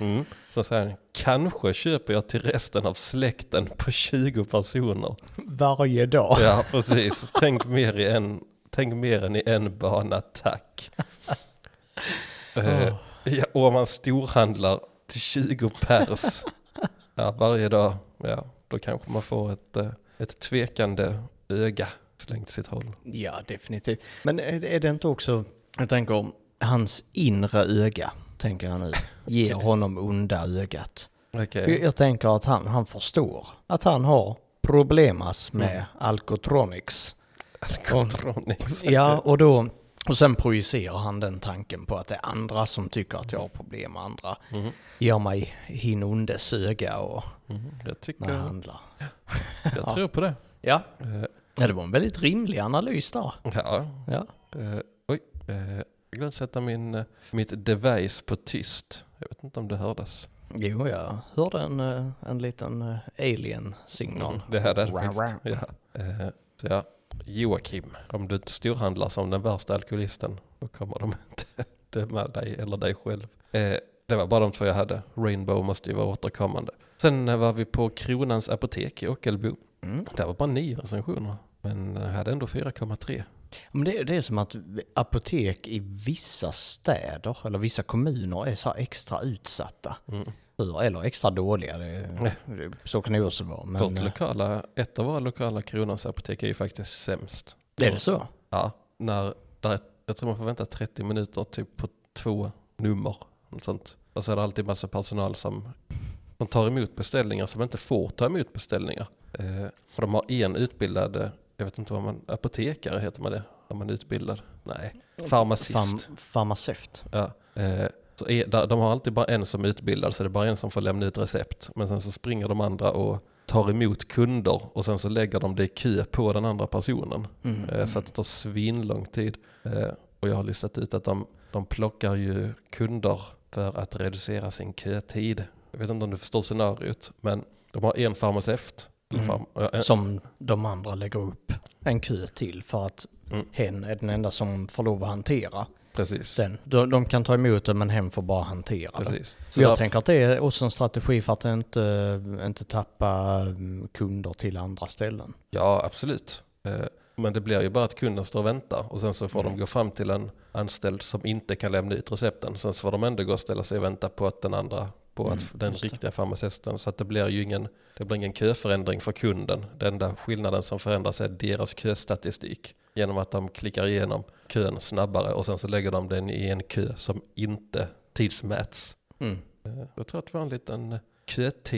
Speaker 2: Mm. Så säger han, kanske köper jag till resten av släkten på 20 personer.
Speaker 1: varje dag.
Speaker 2: Ja, precis. Tänk mer, i en, tänk mer än i en bana, tack. Eh, ja, och om man storhandlar till 20 pers ja, varje dag, ja, då kanske man får ett, eh, ett tvekande öga slängt sitt håll.
Speaker 1: Ja, definitivt. Men är, är det inte också, jag tänker om hans inre öga, tänker jag nu, ger honom onda ögat. Jag,
Speaker 2: Okej,
Speaker 1: jag tänker att han, han förstår att han har problemas med alkotronics.
Speaker 2: Alcotronics.
Speaker 1: Ja, och då... Och sen projicerar han den tanken på att det är andra som tycker att jag har problem och andra ger mig hin ondes öga och
Speaker 2: Mm, Jag tycker,
Speaker 1: när jag handlar.
Speaker 2: jag tror på det.
Speaker 1: Ja.
Speaker 2: Eh,
Speaker 1: ja, det var en väldigt rimlig analys där.
Speaker 2: Ja,
Speaker 1: Ja.
Speaker 2: Eh, oj, eh, jag glömde sätta min, eh, mitt device på tyst. Jag vet inte om det hördes.
Speaker 1: Jo, jag hörde en, eh, en liten eh, alien-signal.
Speaker 2: Det här är det
Speaker 1: Wow,
Speaker 2: faktiskt. Ja. Eh, så ja, Joakim, om du storhandlar som den värsta alkoholisten, då kommer de inte döma dig eller dig själv. Eh, det var bara de två jag hade. Rainbow måste ju vara återkommande. Sen eh, var vi på Kronans apotek i Ockelbo.
Speaker 1: Mm.
Speaker 2: Där var bara nio recensioner, men jag hade ändå 4,3.
Speaker 1: Men det, det är som att apotek i vissa städer eller vissa kommuner är så här extra utsatta.
Speaker 2: Mm.
Speaker 1: Eller- Eller extra dåliga, det, det, så kan det ju också vara. Men
Speaker 2: Vårt
Speaker 1: eh,
Speaker 2: lokala, ett av våra lokala Kronans apotek är ju faktiskt sämst.
Speaker 1: är det så?
Speaker 2: Ja, när där är jag tror man får vänta 30 minuter typ på två nummer. Något sånt. Och så är det alltid massa personal som, som tar emot beställningar som inte får ta emot beställningar. Eh, för de har en utbildad, eh, jag vet inte vad man, apotekare heter man det? Om man är utbildad? Nej, farmacist.
Speaker 1: Farm, farmaceut.
Speaker 2: Ja. Eh, så är, där- de har alltid bara en som är utbildad så det är bara en som får lämna ut recept. Men sen så springer de andra och tar emot kunder och sen så lägger de det i kö på den andra personen.
Speaker 1: Mm.
Speaker 2: Eh, Så att det tar svinlång tid. Eh, Och jag har listat ut att de, de plockar ju kunder för att reducera sin kötid. Jag vet inte om du förstår scenariot, men de har en farmaceut. eller
Speaker 1: Mm.
Speaker 2: Farm, ja, en,
Speaker 1: Som de andra lägger upp en kö till för att
Speaker 2: Mm.
Speaker 1: hen är den enda som får lov att hantera
Speaker 2: precis.
Speaker 1: den. De, de kan ta emot den men hen får bara hantera den.
Speaker 2: precis.
Speaker 1: Så jag tänker att det är också en strategi för att inte, inte tappa mm, kunder till andra ställen.
Speaker 2: Ja, absolut. Eh, Men det blir ju bara att kunden står och väntar och sen så får
Speaker 1: Mm.
Speaker 2: de gå fram till en anställd som inte kan lämna ut recepten. Sen så får de ändå gå och ställa sig och vänta på att den andra, på
Speaker 1: Mm,
Speaker 2: att den
Speaker 1: just det.
Speaker 2: riktiga farmaceuten. Så att det blir ju ingen, det blir ingen köförändring för kunden. Den enda skillnaden som förändras är deras köstatistik. Genom att de klickar igenom kön snabbare och sen så lägger de den i en kö som inte tidsmäts.
Speaker 1: Mm.
Speaker 2: Eh, Jag tror att det var en liten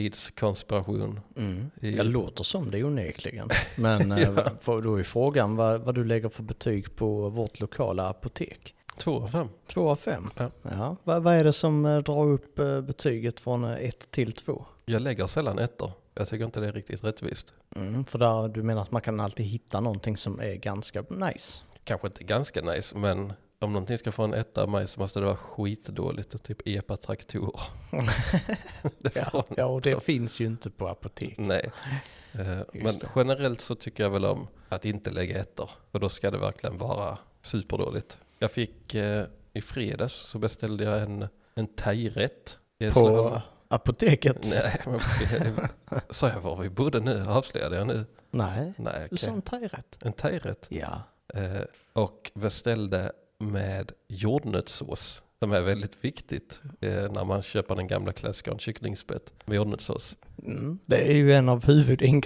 Speaker 2: kötidskonspiration.
Speaker 1: Mm.
Speaker 2: I-
Speaker 1: Det låter som det onekligen. Men eh,
Speaker 2: Ja.
Speaker 1: vad- då är frågan vad, vad du lägger för betyg på vårt lokala apotek.
Speaker 2: Två av fem.
Speaker 1: Två av fem.
Speaker 2: Ja.
Speaker 1: Vad, vad är det som eh, drar upp eh, betyget från eh, ett till två?
Speaker 2: Jag lägger sällan ettor. Jag tycker inte det är riktigt rättvist.
Speaker 1: Mm, för där, du menar att man kan alltid hitta någonting som är ganska nice.
Speaker 2: Kanske inte ganska nice, men om någonting ska få en etta av mig så måste det vara skitdåligt. Typ epa-traktorer. det
Speaker 1: Ja,
Speaker 2: får
Speaker 1: ja och det finns ju inte på apotek.
Speaker 2: Nej. Eh, Men
Speaker 1: det.
Speaker 2: generellt så tycker jag väl om att inte lägga ettor. För då ska det verkligen vara superdåligt. Jag fick eh, i fredags så beställde jag en, en thairätt. i Hässleholm.
Speaker 1: På apoteket?
Speaker 2: Nej, men sa jag var vi bodde nu? Avslöjade jag nu?
Speaker 1: Nej.
Speaker 2: Nej,
Speaker 1: Du
Speaker 2: okej.
Speaker 1: sa en thairätt.
Speaker 2: En thairätt.
Speaker 1: Ja.
Speaker 2: Eh, och beställde med jordnötssås. Som är väldigt viktigt eh, när man köper den gamla klassikern kycklingspett med jordnötssås.
Speaker 1: Mm, det är ju en av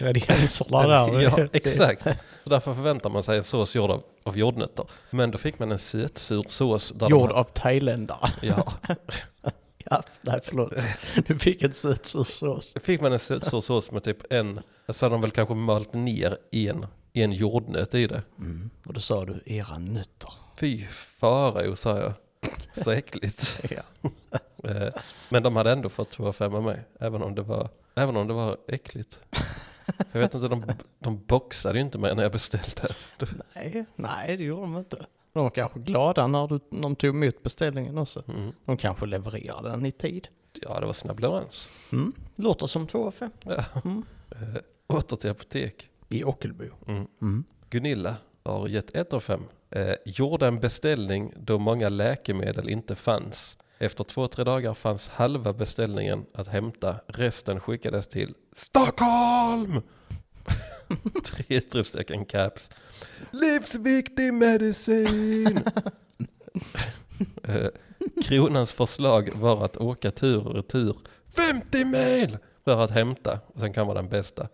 Speaker 1: huvudingredienserna där.
Speaker 2: ja,
Speaker 1: Det-
Speaker 2: exakt. Så därför förväntar man sig en sås gjord av, av jordnötter. Men då fick man en sötsur sås. Där de
Speaker 1: Gjord
Speaker 2: hade-
Speaker 1: av thailändare.
Speaker 2: Ja,
Speaker 1: Ja, nej förlåt. Du fick en söt sås.
Speaker 2: då fick man en sötsur sås med typ en, så hade de väl kanske malt ner en, en jordnöt i det.
Speaker 1: Och då sa du era nötter.
Speaker 2: Fy farao, sa jag. Så äckligt.
Speaker 1: Ja.
Speaker 2: Eh, Men de hade ändå fått 2 av 5 av mig, även om det var, även om det var äckligt. För jag vet inte, de, de boxade ju inte mig när jag beställde.
Speaker 1: Nej, nej det gjorde de inte. De var kanske glada när du, när de tog emot beställningen också.
Speaker 2: Mm.
Speaker 1: De kanske levererade den i tid.
Speaker 2: Ja, det var snabb leverans.
Speaker 1: Mm. Låter som 2 av 5
Speaker 2: Ja.
Speaker 1: Mm.
Speaker 2: Eh, Åter till apotek.
Speaker 1: i Ockelbo.
Speaker 2: Mm.
Speaker 1: Mm.
Speaker 2: Gunilla har gett 1 av 5. Eh, gjorde en beställning då många läkemedel inte fanns. Efter två, tre dagar fanns halva beställningen att hämta. Resten skickades till Stockholm! tre utropstecken caps. Livsviktig medicin! eh, kronans förslag var att åka tur och retur 50 mil för att hämta. Och sen kan vara den bästa.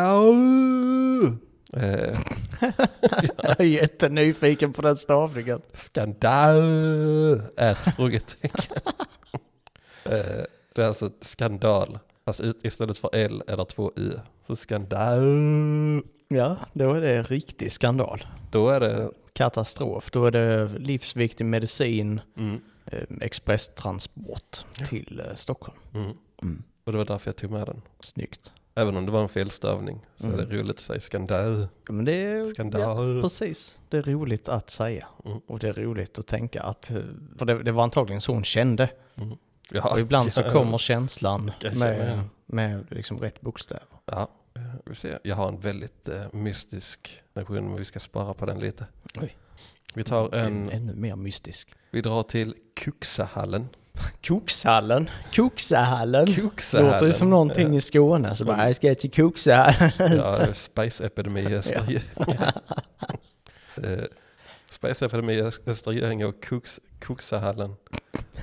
Speaker 2: Skandal! Eh,
Speaker 1: Jag är jättenyfiken på den stavningen.
Speaker 2: skandal! Ät frågetecken. eh, det är alltså skandal. Fast ut, istället för L är det två Y. Så skandal.
Speaker 1: Ja, då är det en riktig skandal.
Speaker 2: Då är det...
Speaker 1: Katastrof. Då är det livsviktig medicin,
Speaker 2: Mm,
Speaker 1: eh, expresstransport till eh, Stockholm.
Speaker 2: mm. Och det var därför jag tog med den.
Speaker 1: Snyggt.
Speaker 2: Även om det var en felstavning så är det roligt att säga skandal.
Speaker 1: Ja, men det är,
Speaker 2: Skandal.
Speaker 1: Mm. Ja, precis. Det är roligt att säga.
Speaker 2: Mm.
Speaker 1: Och det är roligt att tänka att... eh, För det, det var antagligen så hon kände.
Speaker 2: Ja,
Speaker 1: Och ibland så kommer känslan
Speaker 2: Jag känner
Speaker 1: med,
Speaker 2: igen.
Speaker 1: med liksom rätt bokstäver.
Speaker 2: Ja, eh, vi ser. Jag har en väldigt eh, mystisk version men vi ska spara på den lite.
Speaker 1: Oj.
Speaker 2: Vi tar en...
Speaker 1: Ännu mer mystisk.
Speaker 2: Vi drar till Kuxahallen.
Speaker 1: Kokshallen. Koksahallen.
Speaker 2: Kuxahallen.
Speaker 1: Låter ju som någonting i Skåne. Så bara, jag ska till Koksahallen.
Speaker 2: eh, Ja, det är Spice-epidemi i Östra Göinge. Eh, Spice-epidemi i Ös- Östra Göinge och Kux, Kuxahallen.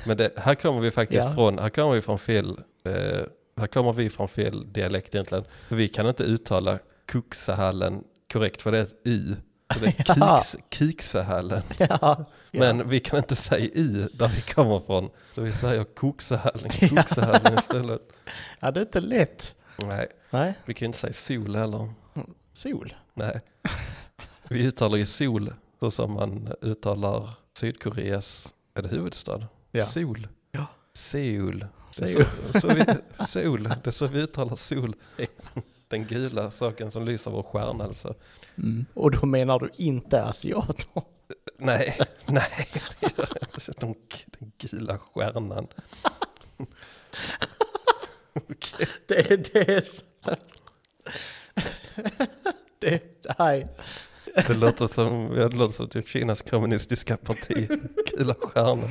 Speaker 2: Men det, här kommer vi faktiskt
Speaker 1: Ja.
Speaker 2: från, här kommer vi från fel, eh, här kommer vi från fel dialekt egentligen. För vi kan inte uttala Kuxahallen korrekt för det är ett Y. Så det är Kiks, Kiksehallen.
Speaker 1: Ja.
Speaker 2: Men vi kan inte säga i där vi kommer från. Så vi säger Koksehallen, Koksehallen istället.
Speaker 1: ja, det är inte lätt.
Speaker 2: Nej,
Speaker 1: Nej,
Speaker 2: vi kan ju inte säga sol heller.
Speaker 1: sol.
Speaker 2: Nej. Vi uttalar ju sol så som man uttalar Sydkoreas är det huvudstad.
Speaker 1: Ja.
Speaker 2: Sol.
Speaker 1: Ja.
Speaker 2: Seul. Det är
Speaker 1: Seul.
Speaker 2: Så, så vi, sol. Det är så vi uttalar sol. Den gula saken som lyser vår stjärna alltså.
Speaker 1: Och då menar du inte asiater?
Speaker 2: Nej, nej, det gör jag inte. Den, den gula stjärnan. Okej.
Speaker 1: Det, det är så... det, nej.
Speaker 2: Det låter som, det låter som typ Kinas kommunistiska parti. Gula stjärnan.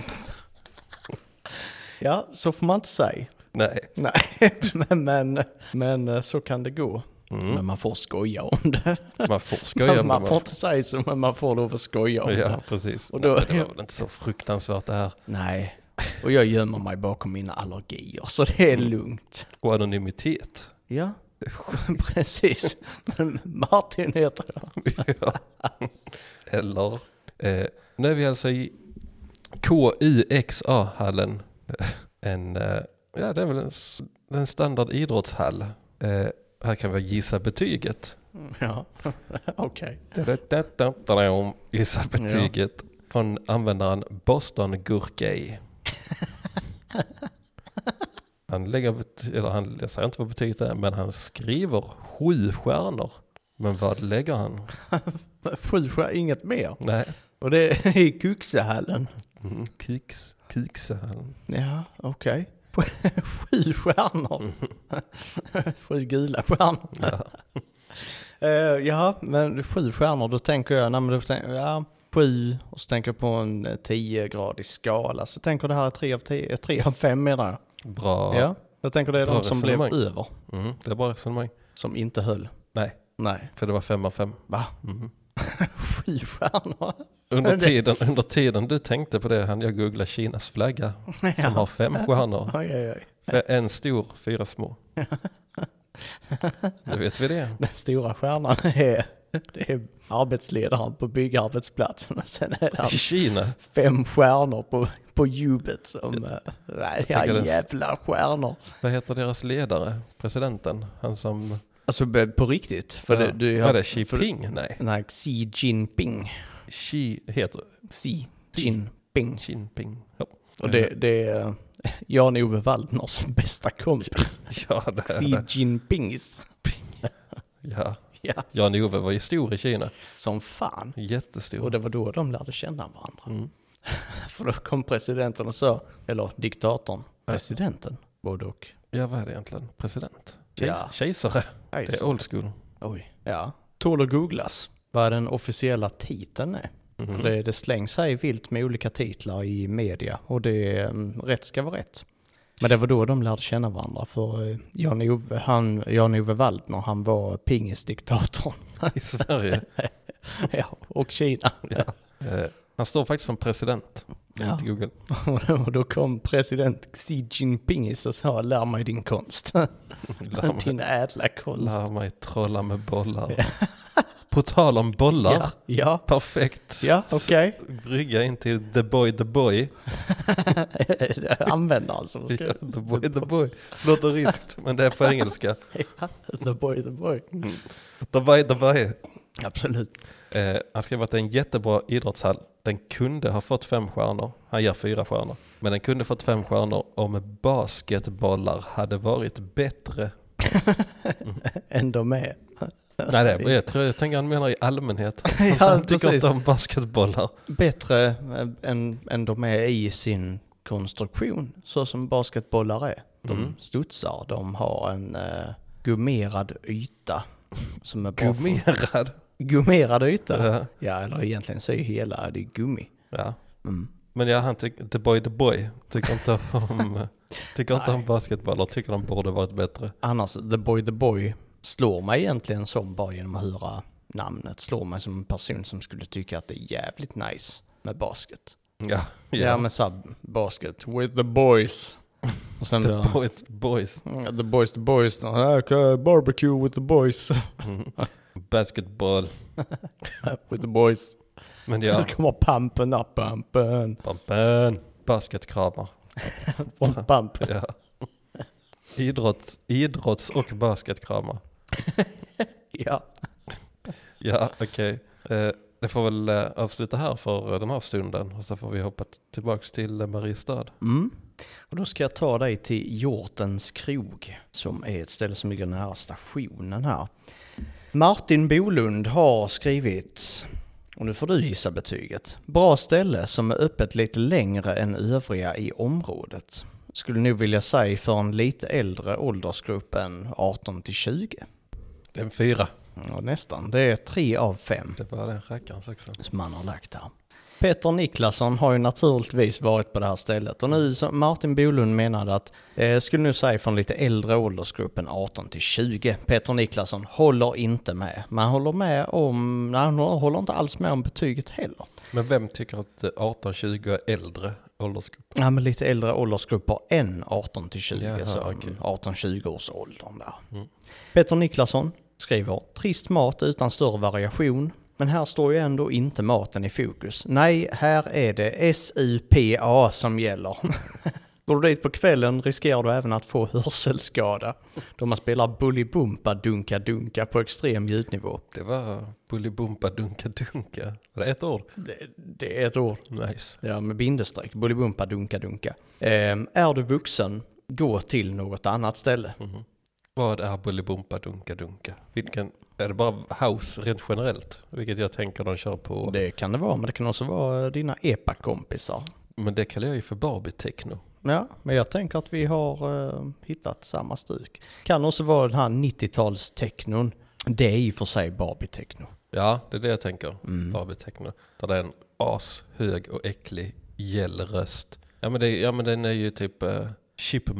Speaker 1: Ja, så får man inte säga.
Speaker 2: Nej.
Speaker 1: Nej, men, men, men eh, så kan det gå. Men man får skoja om det.
Speaker 2: Man får Mm. skoja men
Speaker 1: man får inte säga så, men man får lov att skoja om det.
Speaker 2: Ja, precis.
Speaker 1: Och då-
Speaker 2: Nej, men det var väl inte så fruktansvärt det här.
Speaker 1: Nej, och jag gömmer mig bakom mina allergier, så det är lugnt.
Speaker 2: Och anonymitet.
Speaker 1: Mm. Ja, precis. Men Martin heter jag.
Speaker 2: Ja. Eller, eh, nu är vi alltså i KYXA-hallen. En, eh, ja det är väl en, s- en standard idrottshall. Eh, här kan vi gissa betyget.
Speaker 1: Ja, okej.
Speaker 2: Da-da-da-da-da-da. Gissa betyget från användaren Boston Gurkey. Han lägger, bet- eller han, jag säger inte vad betyget är, men han skriver sju stjärnor. Men vad lägger han?
Speaker 1: Sju stjär- inget mer.
Speaker 2: Nej.
Speaker 1: Och det är i Kuxehallen.
Speaker 2: Mm, kiks, kiksen.
Speaker 1: Ja, okej. Sju stjärnor. Sju gula stjärnor.
Speaker 2: Mm. Ja.
Speaker 1: Eh, ja, men sju stjärnor, då tänker jag, nej, men då tänker, jag, ja, sju och så tänker jag på en eh, 10-gradig skala. Så tänker jag det här är tre av, tio, eh, tre av fem menar jag.
Speaker 2: Bra.
Speaker 1: Ja, jag tänker det är
Speaker 2: Bra
Speaker 1: de som blev
Speaker 2: resonemang.
Speaker 1: över,
Speaker 2: Mm, det är bra resonemang.
Speaker 1: som inte höll.
Speaker 2: Nej,
Speaker 1: Nej,
Speaker 2: för det var fem av fem.
Speaker 1: va?
Speaker 2: Mhm.
Speaker 1: Sju stjärnor?
Speaker 2: Under,
Speaker 1: Men det-
Speaker 2: tiden, under tiden du tänkte på det hann jag googla Kinas flagga som har fem stjärnor.
Speaker 1: Oj, oj, oj.
Speaker 2: För en stor, fyra små. Då vet vi det.
Speaker 1: Den stora stjärnan är, det är arbetsledaren på byggarbetsplatsen och sen är det
Speaker 2: I Kina.
Speaker 1: fem stjärnor på, på jubet som... eh, Nej, ja,
Speaker 2: tänker den-
Speaker 1: jävla stjärnor.
Speaker 2: Vad heter deras ledare? Presidenten? Han som...
Speaker 1: Alltså be- på riktigt? För
Speaker 2: Ja.
Speaker 1: det, du
Speaker 2: Vad är
Speaker 1: har...
Speaker 2: det? Xi Jinping? Nej.
Speaker 1: Nej, Xi Jinping.
Speaker 2: Xi heter
Speaker 1: Xi Jinping.
Speaker 2: Xi Jinping. Ja,
Speaker 1: Och det, det är eh, Jan-Ove Waldners bästa kompis.
Speaker 2: ja det är
Speaker 1: Xi
Speaker 2: det.
Speaker 1: Jinpings.
Speaker 2: Ja.
Speaker 1: Ja,
Speaker 2: Jan-Ove var ju stor i Kina.
Speaker 1: som fan. Och
Speaker 2: Jättestor.
Speaker 1: det var då de lärde känna varandra.
Speaker 2: Mm.
Speaker 1: För då kom presidenten och sa, eller diktatorn, presidenten, både och.
Speaker 2: Ja, vad är det egentligen? President? Kejs-
Speaker 1: Ja.
Speaker 2: Kejsare? Det
Speaker 1: Nice.
Speaker 2: är old school.
Speaker 1: Oj. Ja. Tål att googlas vad den officiella titeln är.
Speaker 2: Mm.
Speaker 1: För det, det slängs här i vilt med olika titlar i media och det är, mm, rätt ska vara rätt. Men det var då de lärde känna varandra för eh, Jan-Ove han- Jan-Ove Waldner han var pingisdiktatorn.
Speaker 2: I Sverige.
Speaker 1: ja, och Kina.
Speaker 2: ja. Eh, Han står faktiskt som president.
Speaker 1: Ja.
Speaker 2: Inte Google.
Speaker 1: Och då- Och då kom president Xi Jinping och sa lär mig din konst.
Speaker 2: Lär mig,
Speaker 1: din ädla konst.
Speaker 2: lär mig trolla med bollar. På tal om bollar.
Speaker 1: Ja, ja,
Speaker 2: Perfekt.
Speaker 1: ja okej.
Speaker 2: Brygga in till The Boy The Boy.
Speaker 1: Användaren som
Speaker 2: Ja,
Speaker 1: skrev.
Speaker 2: the Boy The Boy. Låter ryskt, men det är på engelska.
Speaker 1: Ja, the boy, the boy.
Speaker 2: The Boy The Boy.
Speaker 1: Absolut.
Speaker 2: Eh, han skrev att det är en jättebra idrottshall. Den kunde ha fått fem stjärnor. Han ger fyra stjärnor. Men den kunde fått fem stjärnor om basketbollar hade varit bättre.
Speaker 1: Alltså, Ändå med. Alltså,
Speaker 2: Nej, det, är- jag, tror, jag tänker han menar i allmänhet.
Speaker 1: ja,
Speaker 2: han tycker
Speaker 1: precis.
Speaker 2: inte om basketbollar.
Speaker 1: Bättre eh, än, än de är i sin konstruktion, så som basketbollar är. De
Speaker 2: Mm.
Speaker 1: studsar, de har en eh, gummerad yta. Som är bra för-
Speaker 2: Gummerad.
Speaker 1: Gummerad yta?
Speaker 2: Ja.
Speaker 1: Ja, eller egentligen så är ju hela det är gummi.
Speaker 2: Ja. Men ja, han tycker, the boy the boy, tycker inte om, tycker inte om basketbollar, tycker de borde varit bättre.
Speaker 1: Annars, The Boy The Boy slår mig egentligen som bara genom att höra namnet, slår mig som en person som skulle tycka att det är jävligt nice med basket.
Speaker 2: Ja, ja.
Speaker 1: Ja, men såhär basket, with the boys. Och sen
Speaker 2: the
Speaker 1: då,
Speaker 2: boys, boys. Mm.
Speaker 1: the boys, the boys, då, okay, barbecue with the boys.
Speaker 2: Basketball.
Speaker 1: With the boys.
Speaker 2: Men
Speaker 1: Ja.
Speaker 2: ja,
Speaker 1: Nu kommer pampen upp, pampen.
Speaker 2: pampen. Basketkramar.
Speaker 1: Från pampen.
Speaker 2: Ja. Idrott, idrotts och basketkramar.
Speaker 1: Ja.
Speaker 2: Ja, okej. Eh, det får väl eh, avsluta här för eh, den här stunden. Och så får vi hoppa t- tillbaks till eh, Mariestad.
Speaker 1: Mm. Och då ska jag ta dig till Hjortens krog, som är ett ställe som ligger nära stationen här. Martin Bolund har skrivit, och nu får du gissa betyget, bra ställe som är öppet lite längre än övriga i området. Skulle nog vilja säga för en lite äldre åldersgrupp än 18 till 20.
Speaker 2: Det är en fyra.
Speaker 1: Ja, nästan. Det är tre av fem.
Speaker 2: Det var den rackarns också.
Speaker 1: som han har lagt där. Peter Niklasson har ju naturligtvis varit på det här stället och nu som Martin Bolund menade att, eh, skulle nu säga från lite äldre åldersgruppen 18 till 20, Peter Niklasson håller inte med. Men han håller med om, nej han håller inte alls med om betyget heller.
Speaker 2: Men vem tycker att eh, 18-20 är äldre åldersgrupp?
Speaker 1: Ja men lite äldre åldersgrupper än 18 till 20,
Speaker 2: Jaha,
Speaker 1: så
Speaker 2: okej.
Speaker 1: 18-20 års åldern där.
Speaker 2: Mm.
Speaker 1: Peter Niklasson skriver, trist mat utan större variation. Men här står ju ändå inte maten i fokus. Nej, här är det SUPA som gäller. Går du dit på kvällen riskerar du även att få hörselskada. Då man spelar bullybumpa dunka dunka på extrem ljudnivå.
Speaker 2: Det var Bullybumpa Dunka Dunka. Var det ett ord?
Speaker 1: Det, det är ett ord.
Speaker 2: Nice.
Speaker 1: Ja, med bindestreck. Bullybumpa, dunka, dunka. Ehm, är du vuxen, gå till något annat ställe.
Speaker 2: Mhm. Vad är Bullybumpa Dunka Dunka? Vilken, är det bara house rent generellt? Vilket jag tänker de kör på.
Speaker 1: Det kan det vara, men det kan också vara eh, dina epa-kompisar.
Speaker 2: Men det kallar jag ju för Barbie-techno.
Speaker 1: Ja, men jag tänker att vi har eh, hittat samma stuk. Kan också vara den här 90-talsteknon. Det är i och för sig Barbie-tekno.
Speaker 2: Ja, det är det jag tänker.
Speaker 1: Mm.
Speaker 2: Barbie-techno. Där det är en ashög och äcklig gäll röst. Ja men, det, ja men den är ju typ eh,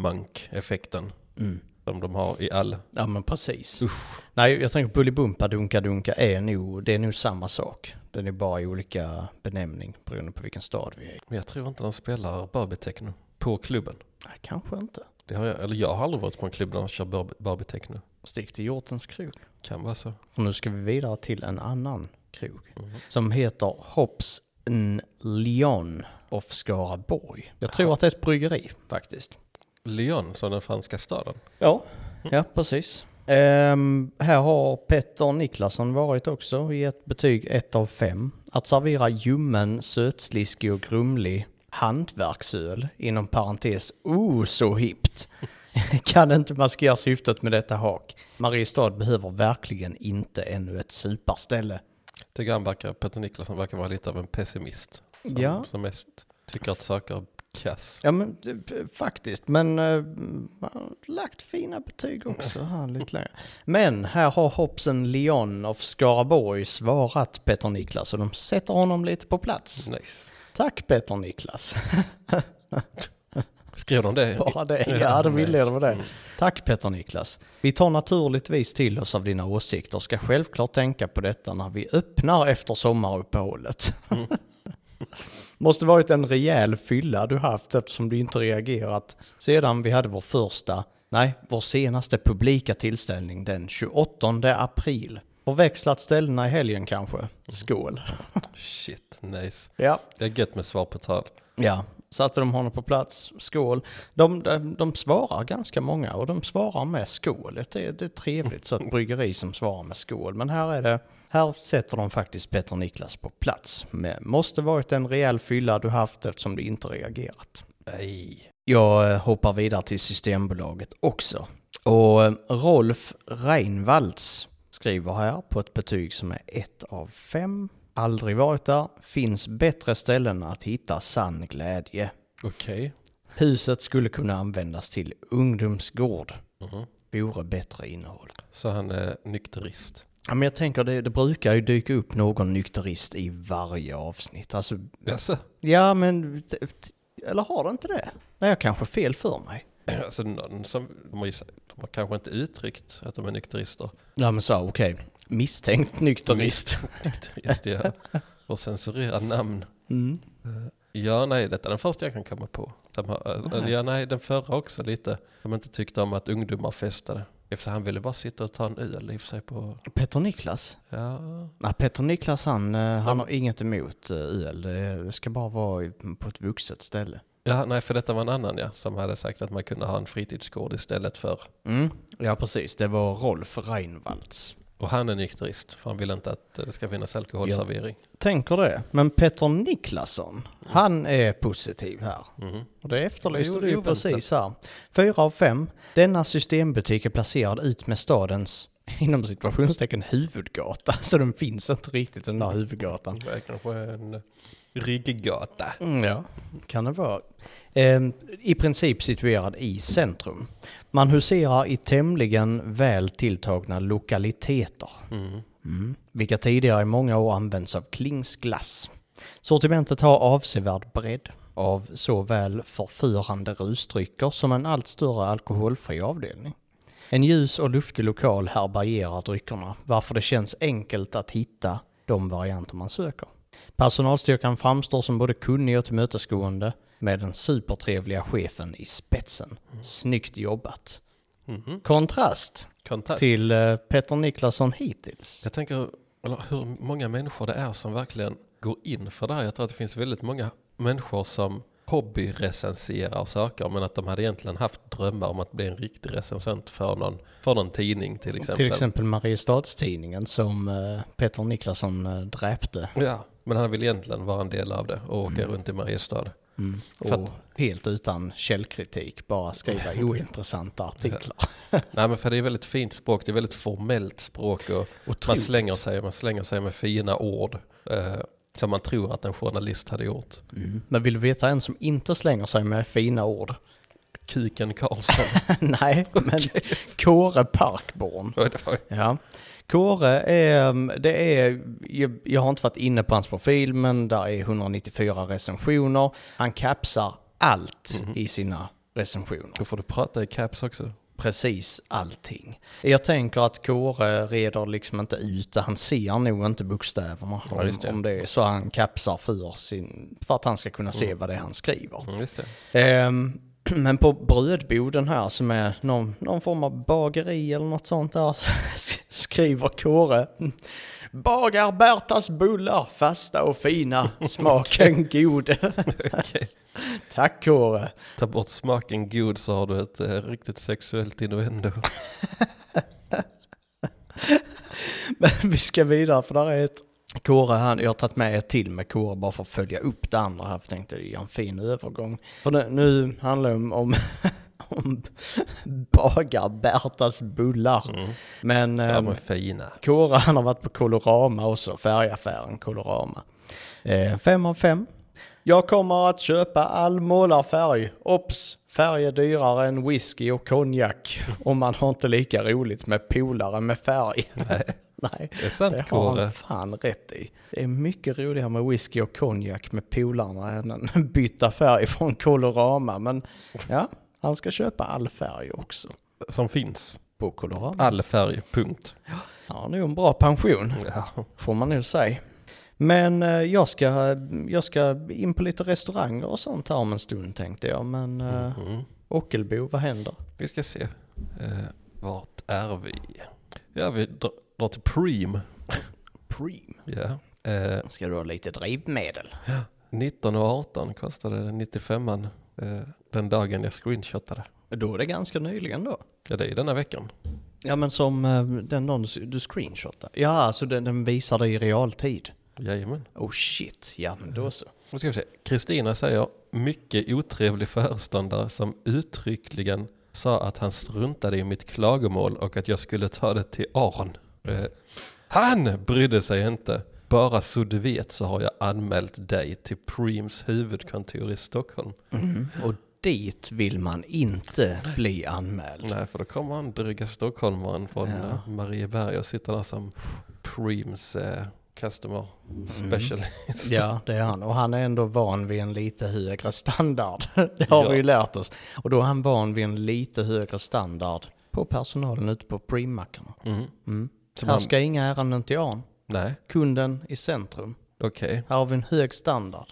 Speaker 2: chipmunk-effekten
Speaker 1: Mm.
Speaker 2: som de har i all.
Speaker 1: Ja, men precis.
Speaker 2: Usch.
Speaker 1: Nej, jag tänker bullybumpa, dunka, dunka är nog, det är nog samma sak. Den är bara i olika benämning beroende på vilken stad vi är i.
Speaker 2: Men jag tror inte de spelar Barbie-techno på klubben.
Speaker 1: Nej, kanske inte.
Speaker 2: Det har jag, eller jag har aldrig varit på en klubb där de kör Barbie- Barbie-techno.
Speaker 1: Stick till Hjortens krog.
Speaker 2: Kan vara så.
Speaker 1: Och nu ska vi vidare till en annan krog
Speaker 2: Mhm.
Speaker 1: som heter Hops n Lyon of Skaraborg. Jag tror att det är ett bryggeri faktiskt.
Speaker 2: Lyon, som den franska staden.
Speaker 1: Ja, ja precis. Ehm, här har Petter Niklasson varit också och gett betyg 1 av 5. Att servera ljummen, sötsliskig och grumlig hantverksöl, inom parentes, oh så hippt, kan inte maskera syftet med detta hak. Mariestad behöver verkligen inte ännu ett superställe.
Speaker 2: Tycker han verkar, Peter Niklasson verkar vara lite av en pessimist. Som,
Speaker 1: Ja.
Speaker 2: som mest tycker att saker är kass.
Speaker 1: Ja men det- p- faktiskt, men eh, man har lagt fina betyg också här lite längre. Men här har Hobson Leon av Skaraborg svarat Peter Niklas och de sätter honom lite på plats.
Speaker 2: Nice.
Speaker 1: Tack Peter Niklas,
Speaker 2: Skrev de det?
Speaker 1: bara det. Ja, de ville det var det.
Speaker 2: Mm.
Speaker 1: Tack Peter Niklas. Vi tar naturligtvis till oss av dina åsikter och ska självklart tänka på detta när vi öppnar efter sommaruppehållet. Måste varit en rejäl fylla du haft eftersom du inte reagerat sedan vi hade vår första, nej, vår senaste publika tillställning den 28 april. Förväxlat ställena i helgen kanske. Skål.
Speaker 2: Shit, nice.
Speaker 1: Mm. Ja.
Speaker 2: Det är gött med svar på tal.
Speaker 1: Ja, satte de honom på plats, skål. De, de, de svarar ganska många och de svarar med skål. Det är, det är trevligt så ett bryggeri som svarar med skål. Men här är det, här sätter de faktiskt Petter Niklas på plats. Men måste varit en rejäl fylla du haft eftersom du inte reagerat.
Speaker 2: Nej.
Speaker 1: Jag eh, hoppar vidare till Systembolaget också. Och eh, Rolf Reinvalds skriver här på ett betyg som är 1 av 5. Aldrig varit där, finns bättre ställen att hitta sann glädje.
Speaker 2: Okej.
Speaker 1: Huset skulle kunna användas till ungdomsgård.
Speaker 2: Mhm.
Speaker 1: Vore bättre innehåll.
Speaker 2: Så han är nykterist.
Speaker 1: Ja, men jag tänker det, det brukar ju dyka upp någon nykterist i varje avsnitt. Alltså,
Speaker 2: Jaså?
Speaker 1: ja men, t- t- eller har det inte det? Nej, jag kanske har fel för mig.
Speaker 2: Alltså någon som, de har, ju, sagt- de har kanske inte uttryckt att de är nykterister.
Speaker 1: Ja men så, okej. Misstänkt nykterist.
Speaker 2: Nykterist, ja. Och censurera namn. Eh,
Speaker 1: Mm.
Speaker 2: Ja, nej, detta är den första jag kan eh, komma på. De har, eller ja, nej, den förra också lite. De inte tyckte om att ungdomar festade. I och för sig, han ville bara sitta och ta en öl i och för sig på...
Speaker 1: Petter Niklas?
Speaker 2: Ja,
Speaker 1: Nej, Petter Niklas han, eh, han
Speaker 2: men-
Speaker 1: har inget emot eh, öl. Det ska bara vara i- på ett vuxet ställe.
Speaker 2: ja nej för detta var en annan ja, som hade sagt att man kunde ha en fritidsgård istället för...
Speaker 1: Mm. Ja, precis. Det var Rolf Reinvalds.
Speaker 2: Och han är nykterist, för han vill inte att eh, det ska finnas alkoholservering.
Speaker 1: Tänker det. Men Petter Niklasson, han är positiv här.
Speaker 2: Mhm.
Speaker 1: Och det efterlyste
Speaker 2: Jo,
Speaker 1: du ju
Speaker 2: oväntat.
Speaker 1: precis här. Fyra av fem. Denna systembutik är placerad ut med stadens, inom situationstecken huvudgata. Så den finns inte riktigt den där huvudgatan.
Speaker 2: Det är kanske en eh, rygggata.
Speaker 1: Mm, ja, kan det vara. Ehm, I princip situerad i centrum. Man huserar i tämligen väl tilltagna lokaliteter.
Speaker 2: Mm.
Speaker 1: Mm. Vilka tidigare i många år använts av Klings glass. Sortimentet har avsevärd bredd av såväl förförande rusdrycker som en allt större alkoholfri avdelning. En ljus och luftig lokal härbärgerar dryckerna varför det känns enkelt att hitta de varianter man söker. Personalstyrkan framstår som både kunnig och tillmötesgående med den supertrevliga chefen i spetsen.
Speaker 2: Mm.
Speaker 1: Snyggt jobbat!
Speaker 2: Mhm.
Speaker 1: Kontrast
Speaker 2: Kontakt.
Speaker 1: till eh, Petter Niklasson hittills.
Speaker 2: Jag tänker eller, hur många människor det är som verkligen går in för det här. Jag tror att det finns väldigt många människor som hobbyrecenserar saker men att de hade egentligen haft drömmar om att bli en riktig recensent för någon, för någon tidning till exempel.
Speaker 1: Till exempel Mariestadstidningen som eh, Peter Niklasson eh, dräpte.
Speaker 2: Ja, men han vill egentligen vara en del av det och åka
Speaker 1: Mm.
Speaker 2: runt i Mariestad.
Speaker 1: Och
Speaker 2: För att-
Speaker 1: helt utan källkritik, bara skriva ointressanta artiklar.
Speaker 2: Nej men för det är väldigt fint språk, det är väldigt formellt språk och man
Speaker 1: Otroligt.
Speaker 2: slänger, sig, man slänger sig med fina ord eh, som man tror att en journalist hade gjort.
Speaker 1: Men vill du veta en som inte slänger sig med fina ord?
Speaker 2: Kiken Karlsson.
Speaker 1: Nej, men Kåre Parkborn.
Speaker 2: Ja, det var-
Speaker 1: Ja. Kåre är, mm, det är, jag, jag har inte varit inne på hans profil, men där är 194 recensioner. Han kapsar allt
Speaker 2: Mhm.
Speaker 1: i sina recensioner.
Speaker 2: Då får du prata i caps också.
Speaker 1: precis allting. Jag tänker att Kåre reder liksom inte ut det. Han ser nog inte bokstäverna
Speaker 2: Ja,
Speaker 1: om,
Speaker 2: just det.
Speaker 1: om det är så han kapsar för, sin, för att han ska kunna se vad det är han skriver.
Speaker 2: Mm, just det.
Speaker 1: Ehm, men på brödboden här som är någon, någon form av bageri eller något sånt där skriver Kåre Bagar Bertas bullar fasta och fina, smaken god.
Speaker 2: Okej.
Speaker 1: Tack Kåre.
Speaker 2: Ta bort smaken god så har du ett eh, riktigt sexuellt innuendo.
Speaker 1: Men vi ska vidare för där är ett Kåre, han, jag har tagit med ett till med Kåre bara för att följa upp det andra här. För jag tänkte det är en fin övergång. För nu, nu handlar det om, om, om bagar Bertas bullar. Men,
Speaker 2: Mm. Ja
Speaker 1: ehm,
Speaker 2: men fina.
Speaker 1: Kåre han har varit på Colorama också, färgaffären Colorama. Eh, fem av fem. Jag kommer att köpa all målarfärg. Ops! Färg är dyrare än whisky och konjak. Och man har inte lika roligt med polare med färg. Nej. Nej.
Speaker 2: Det är sant
Speaker 1: Det har
Speaker 2: Kåre.
Speaker 1: han fan rätt i. Det är mycket roligare med whisky och konjak med polarna än en byta färg från Colorama. Men ja, han ska köpa all färg också
Speaker 2: Som finns.
Speaker 1: på Colorama.
Speaker 2: All färg, punkt.
Speaker 1: Han har nog en bra pension.
Speaker 2: Ja.
Speaker 1: Får man nog säga. Men eh, jag ska, jag ska in på lite restauranger och sånt här om en stund tänkte jag. Men eh,
Speaker 2: Mm.
Speaker 1: Ockelbo, vad händer?
Speaker 2: Vi ska se. Eh, vart är vi? Ja vi dr- drar till Preem.
Speaker 1: Preem.
Speaker 2: Ja. Eh,
Speaker 1: Ska du ha lite drivmedel?
Speaker 2: 19 och 18 kostade den 95an eh, den dagen jag screenshotade.
Speaker 1: Då är det ganska nyligen då.
Speaker 2: Ja det är denna veckan.
Speaker 1: Ja men som eh, den någon du, du screenshotar. Ja, alltså den, den visar det i realtid.
Speaker 2: Jajamän.
Speaker 1: Oh shit, ja men då så.
Speaker 2: Nu ska vi se. Kristina säger mycket otrevlig föreståndare som uttryckligen sa att han struntade i mitt klagomål och att jag skulle ta det till Aron. Eh, han brydde sig inte. Bara så du vet så har jag anmält dig till Preems huvudkontor i Stockholm.
Speaker 1: Och dit vill man inte bli anmäld.
Speaker 2: Nej, för då kommer han dryga stockholmaren från
Speaker 1: Ja.
Speaker 2: eh, Marieberg och sitter där som Preems eh, customer specialist.
Speaker 1: Mm. Ja, det är han. Och han är ändå van vid en lite högre standard. Det har
Speaker 2: Ja.
Speaker 1: vi ju lärt oss. Och då är han van vid en lite högre standard på personalen ute på primackarna.
Speaker 2: Mm.
Speaker 1: Mm.
Speaker 2: Så
Speaker 1: Här
Speaker 2: man,
Speaker 1: ska inga ärenden till Jan.
Speaker 2: Nej,
Speaker 1: Kunden i centrum.
Speaker 2: okej.
Speaker 1: Här har vi en hög standard.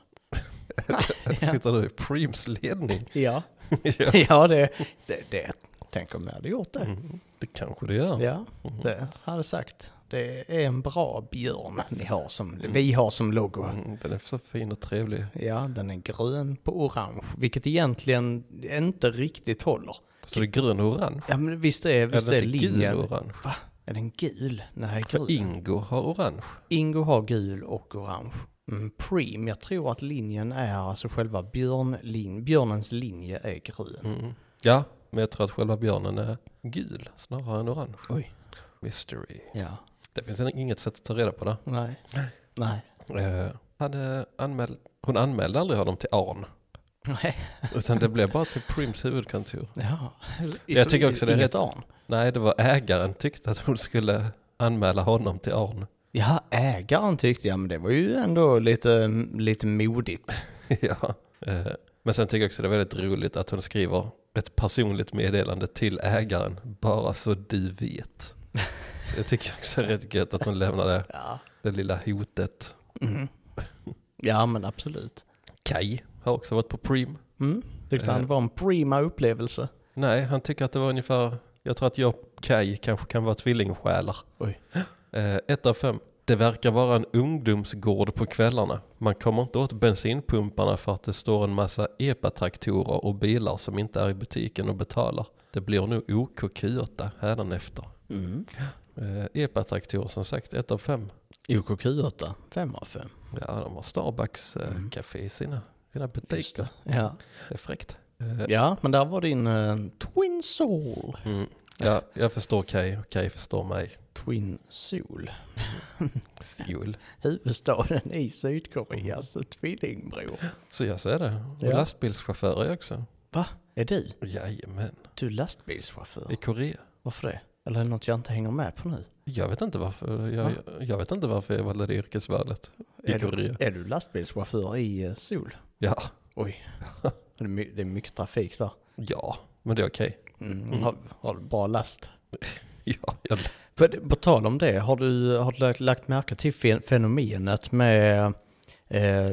Speaker 2: Sitter du i Preems ledning?
Speaker 1: Ja,
Speaker 2: ja. Mm.
Speaker 1: ja det, det, det tänk om jag hade gjort det.
Speaker 2: Det kanske det gör.
Speaker 1: Ja, det hade jag sagt. Det är en bra björn ni har som, vi har som logo.
Speaker 2: Mm, den är så fin och trevlig.
Speaker 1: Ja, den är grön på orange, vilket egentligen inte riktigt håller.
Speaker 2: Så det är grön och orange.
Speaker 1: Ja, men visst är, visst
Speaker 2: Är
Speaker 1: är,
Speaker 2: det
Speaker 1: är
Speaker 2: inte gul
Speaker 1: linjen...
Speaker 2: och orange?
Speaker 1: Va? Är den gul? Nej,
Speaker 2: För
Speaker 1: grön.
Speaker 2: Ingo har orange.
Speaker 1: Ingo har gul och orange. Mm, Preem, jag tror att linjen är alltså själva björnlin, björnens linje är grön.
Speaker 2: Mm. Ja, men jag tror att själva björnen är gul snarare än orange.
Speaker 1: Oj.
Speaker 2: Mystery.
Speaker 1: Ja.
Speaker 2: Det finns inget sätt att ta reda på det.
Speaker 1: Nej. Nej.
Speaker 2: Eh, han, eh, anmäl- hon anmälde aldrig honom till ARN.
Speaker 1: Nej.
Speaker 2: Utan det blev bara till Prims huvudkontor.
Speaker 1: Ja.
Speaker 2: Jag tycker också det är
Speaker 1: Inget
Speaker 2: rätt.
Speaker 1: Arn.
Speaker 2: Nej, det var ägaren tyckte att hon skulle anmäla honom till ARN.
Speaker 1: Ja, ägaren tyckte jag, men det var ju ändå lite, lite modigt.
Speaker 2: ja. eh, Men sen tycker jag också det är väldigt roligt att hon skriver ett personligt meddelande till ägaren. Bara så du vet. Jag tycker också det är rätt gött att hon lämnar det,
Speaker 1: Ja.
Speaker 2: det lilla hotet.
Speaker 1: Mm. Ja, men absolut.
Speaker 2: Kai har också varit på Prim.
Speaker 1: Mm. Tyckte
Speaker 2: Eh.
Speaker 1: han var en prima upplevelse.
Speaker 2: Nej, han tycker att det var ungefär, jag tror att jag och Kai kanske kan vara tvillingsjälar.
Speaker 1: Oj.
Speaker 2: Eh, ett av fem. Det verkar vara en ungdomsgård på kvällarna. Man kommer inte åt bensinpumparna för att det står en massa epatraktorer och bilar som inte är i butiken och betalar. Det blir nog OKQ8 hädanefter.
Speaker 1: Mm.
Speaker 2: Eh, epatraktorer som sagt, ett av fem.
Speaker 1: OKQ8, 5 av 5.
Speaker 2: Ja, de har Starbucks eh,
Speaker 1: Mm.
Speaker 2: café i sina, sina
Speaker 1: Just
Speaker 2: butiker.
Speaker 1: det. Ja.
Speaker 2: Det är fräckt. Eh,
Speaker 1: ja, men där var din eh, Twin Soul.
Speaker 2: mm. ja, jag förstår Kaj och Kaj förstår mig.
Speaker 1: Twin Soul. Mm.
Speaker 2: Seoul.
Speaker 1: Huvudstaden i Sydkoreas tvillingbror.
Speaker 2: Så jag säger det. Och
Speaker 1: Ja.
Speaker 2: lastbilschaufför är jag också.
Speaker 1: Va? Är du?
Speaker 2: Jajamän.
Speaker 1: Du är lastbilschaufför?
Speaker 2: I Korea.
Speaker 1: Varför det? Eller är det något jag inte hänger med på nu?
Speaker 2: Jag vet inte varför jag, jag, vet inte varför jag valde det yrkesvalet i
Speaker 1: Är
Speaker 2: Korea.
Speaker 1: du, är du lastbilschaufför i eh, Seoul?
Speaker 2: Ja,
Speaker 1: Oj. Det är, my- det är mycket trafik där.
Speaker 2: ja, men det är okej.
Speaker 1: Mm. Har, har du bra last?
Speaker 2: Ja, jag,
Speaker 1: På, på tal om det, har du, har du lagt, lagt märke till fen- fenomenet med eh,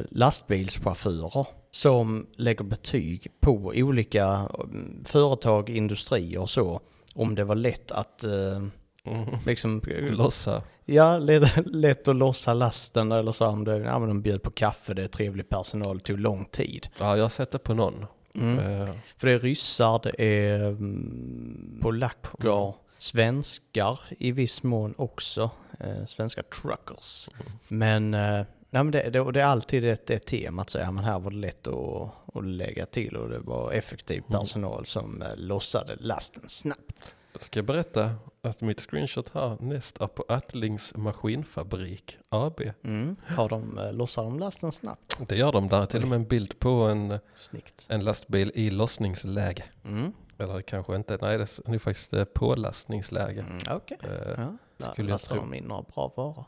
Speaker 1: lastbilschaufförer som lägger betyg på olika mm, företag, industrier och så, om det var lätt att eh,
Speaker 2: mm,
Speaker 1: liksom,
Speaker 2: lossa.
Speaker 1: ja, lätt, lätt att lossa lasten eller så, om det, ja, men de bjöd på kaffe, det är trevlig personal, det tog lång tid.
Speaker 2: Ja, jag har sett det på någon.
Speaker 1: Mm.
Speaker 2: Eh,
Speaker 1: För det är ryssar, det är mm, polacker, svenskar i viss mån också. Eh, svenska truckers.
Speaker 2: Mm.
Speaker 1: Men, eh, nej, men det, det, och det är alltid ett, ett tema att säga, men här var det lätt att, att lägga till och det var effektiv
Speaker 2: Mm.
Speaker 1: personal som eh, lossade lasten snabbt.
Speaker 2: jag ska berätta att mitt screenshot här näst är på Attlings maskinfabrik AB.
Speaker 1: Mm. Har de, eh, lossar de lasten snabbt?
Speaker 2: Det gör de där. är Till och med en bild på en,
Speaker 1: Snyggt.
Speaker 2: en lastbil i lossningsläge.
Speaker 1: Mm.
Speaker 2: Eller kanske inte, nej det är faktiskt eh, pålastningsläge.
Speaker 1: Mm, Okej.
Speaker 2: Eh,
Speaker 1: Ja. Där
Speaker 2: skulle jag
Speaker 1: lastar
Speaker 2: tro.
Speaker 1: de in några bra varor.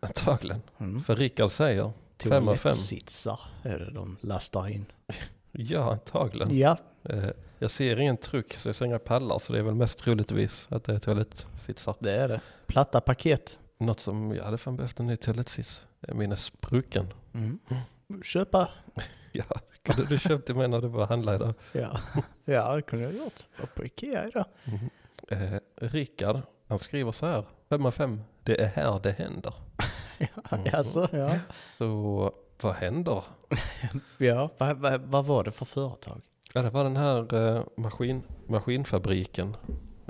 Speaker 2: antagligen.
Speaker 1: Mm.
Speaker 2: För Rickard säger, fem av fem.
Speaker 1: Toalettsitsar är det de lastar in.
Speaker 2: ja antagligen.
Speaker 1: Ja,
Speaker 2: Eh, Jag ser ingen truck, så jag ser inga pallar, så det är väl mest troligtvis att det är toalettsitsar.
Speaker 1: det är det. Platta paket.
Speaker 2: Något som jag hade fan behövt en ny toalettsits. Min är sprucken.
Speaker 1: Mm. Köpa.
Speaker 2: Ja, kunde du köpt till mig när du var handlare idag?
Speaker 1: Ja. ja, det kunde jag ha gjort. Var på Ikea idag.
Speaker 2: Eh, Rickard, han skriver så här, 5 av 5, det är här det händer.
Speaker 1: Mm. Alltså, ja.
Speaker 2: Så vad händer?
Speaker 1: ja. Vad va, vad var det för företag?
Speaker 2: Ja, det var den här eh, maskin, maskinfabriken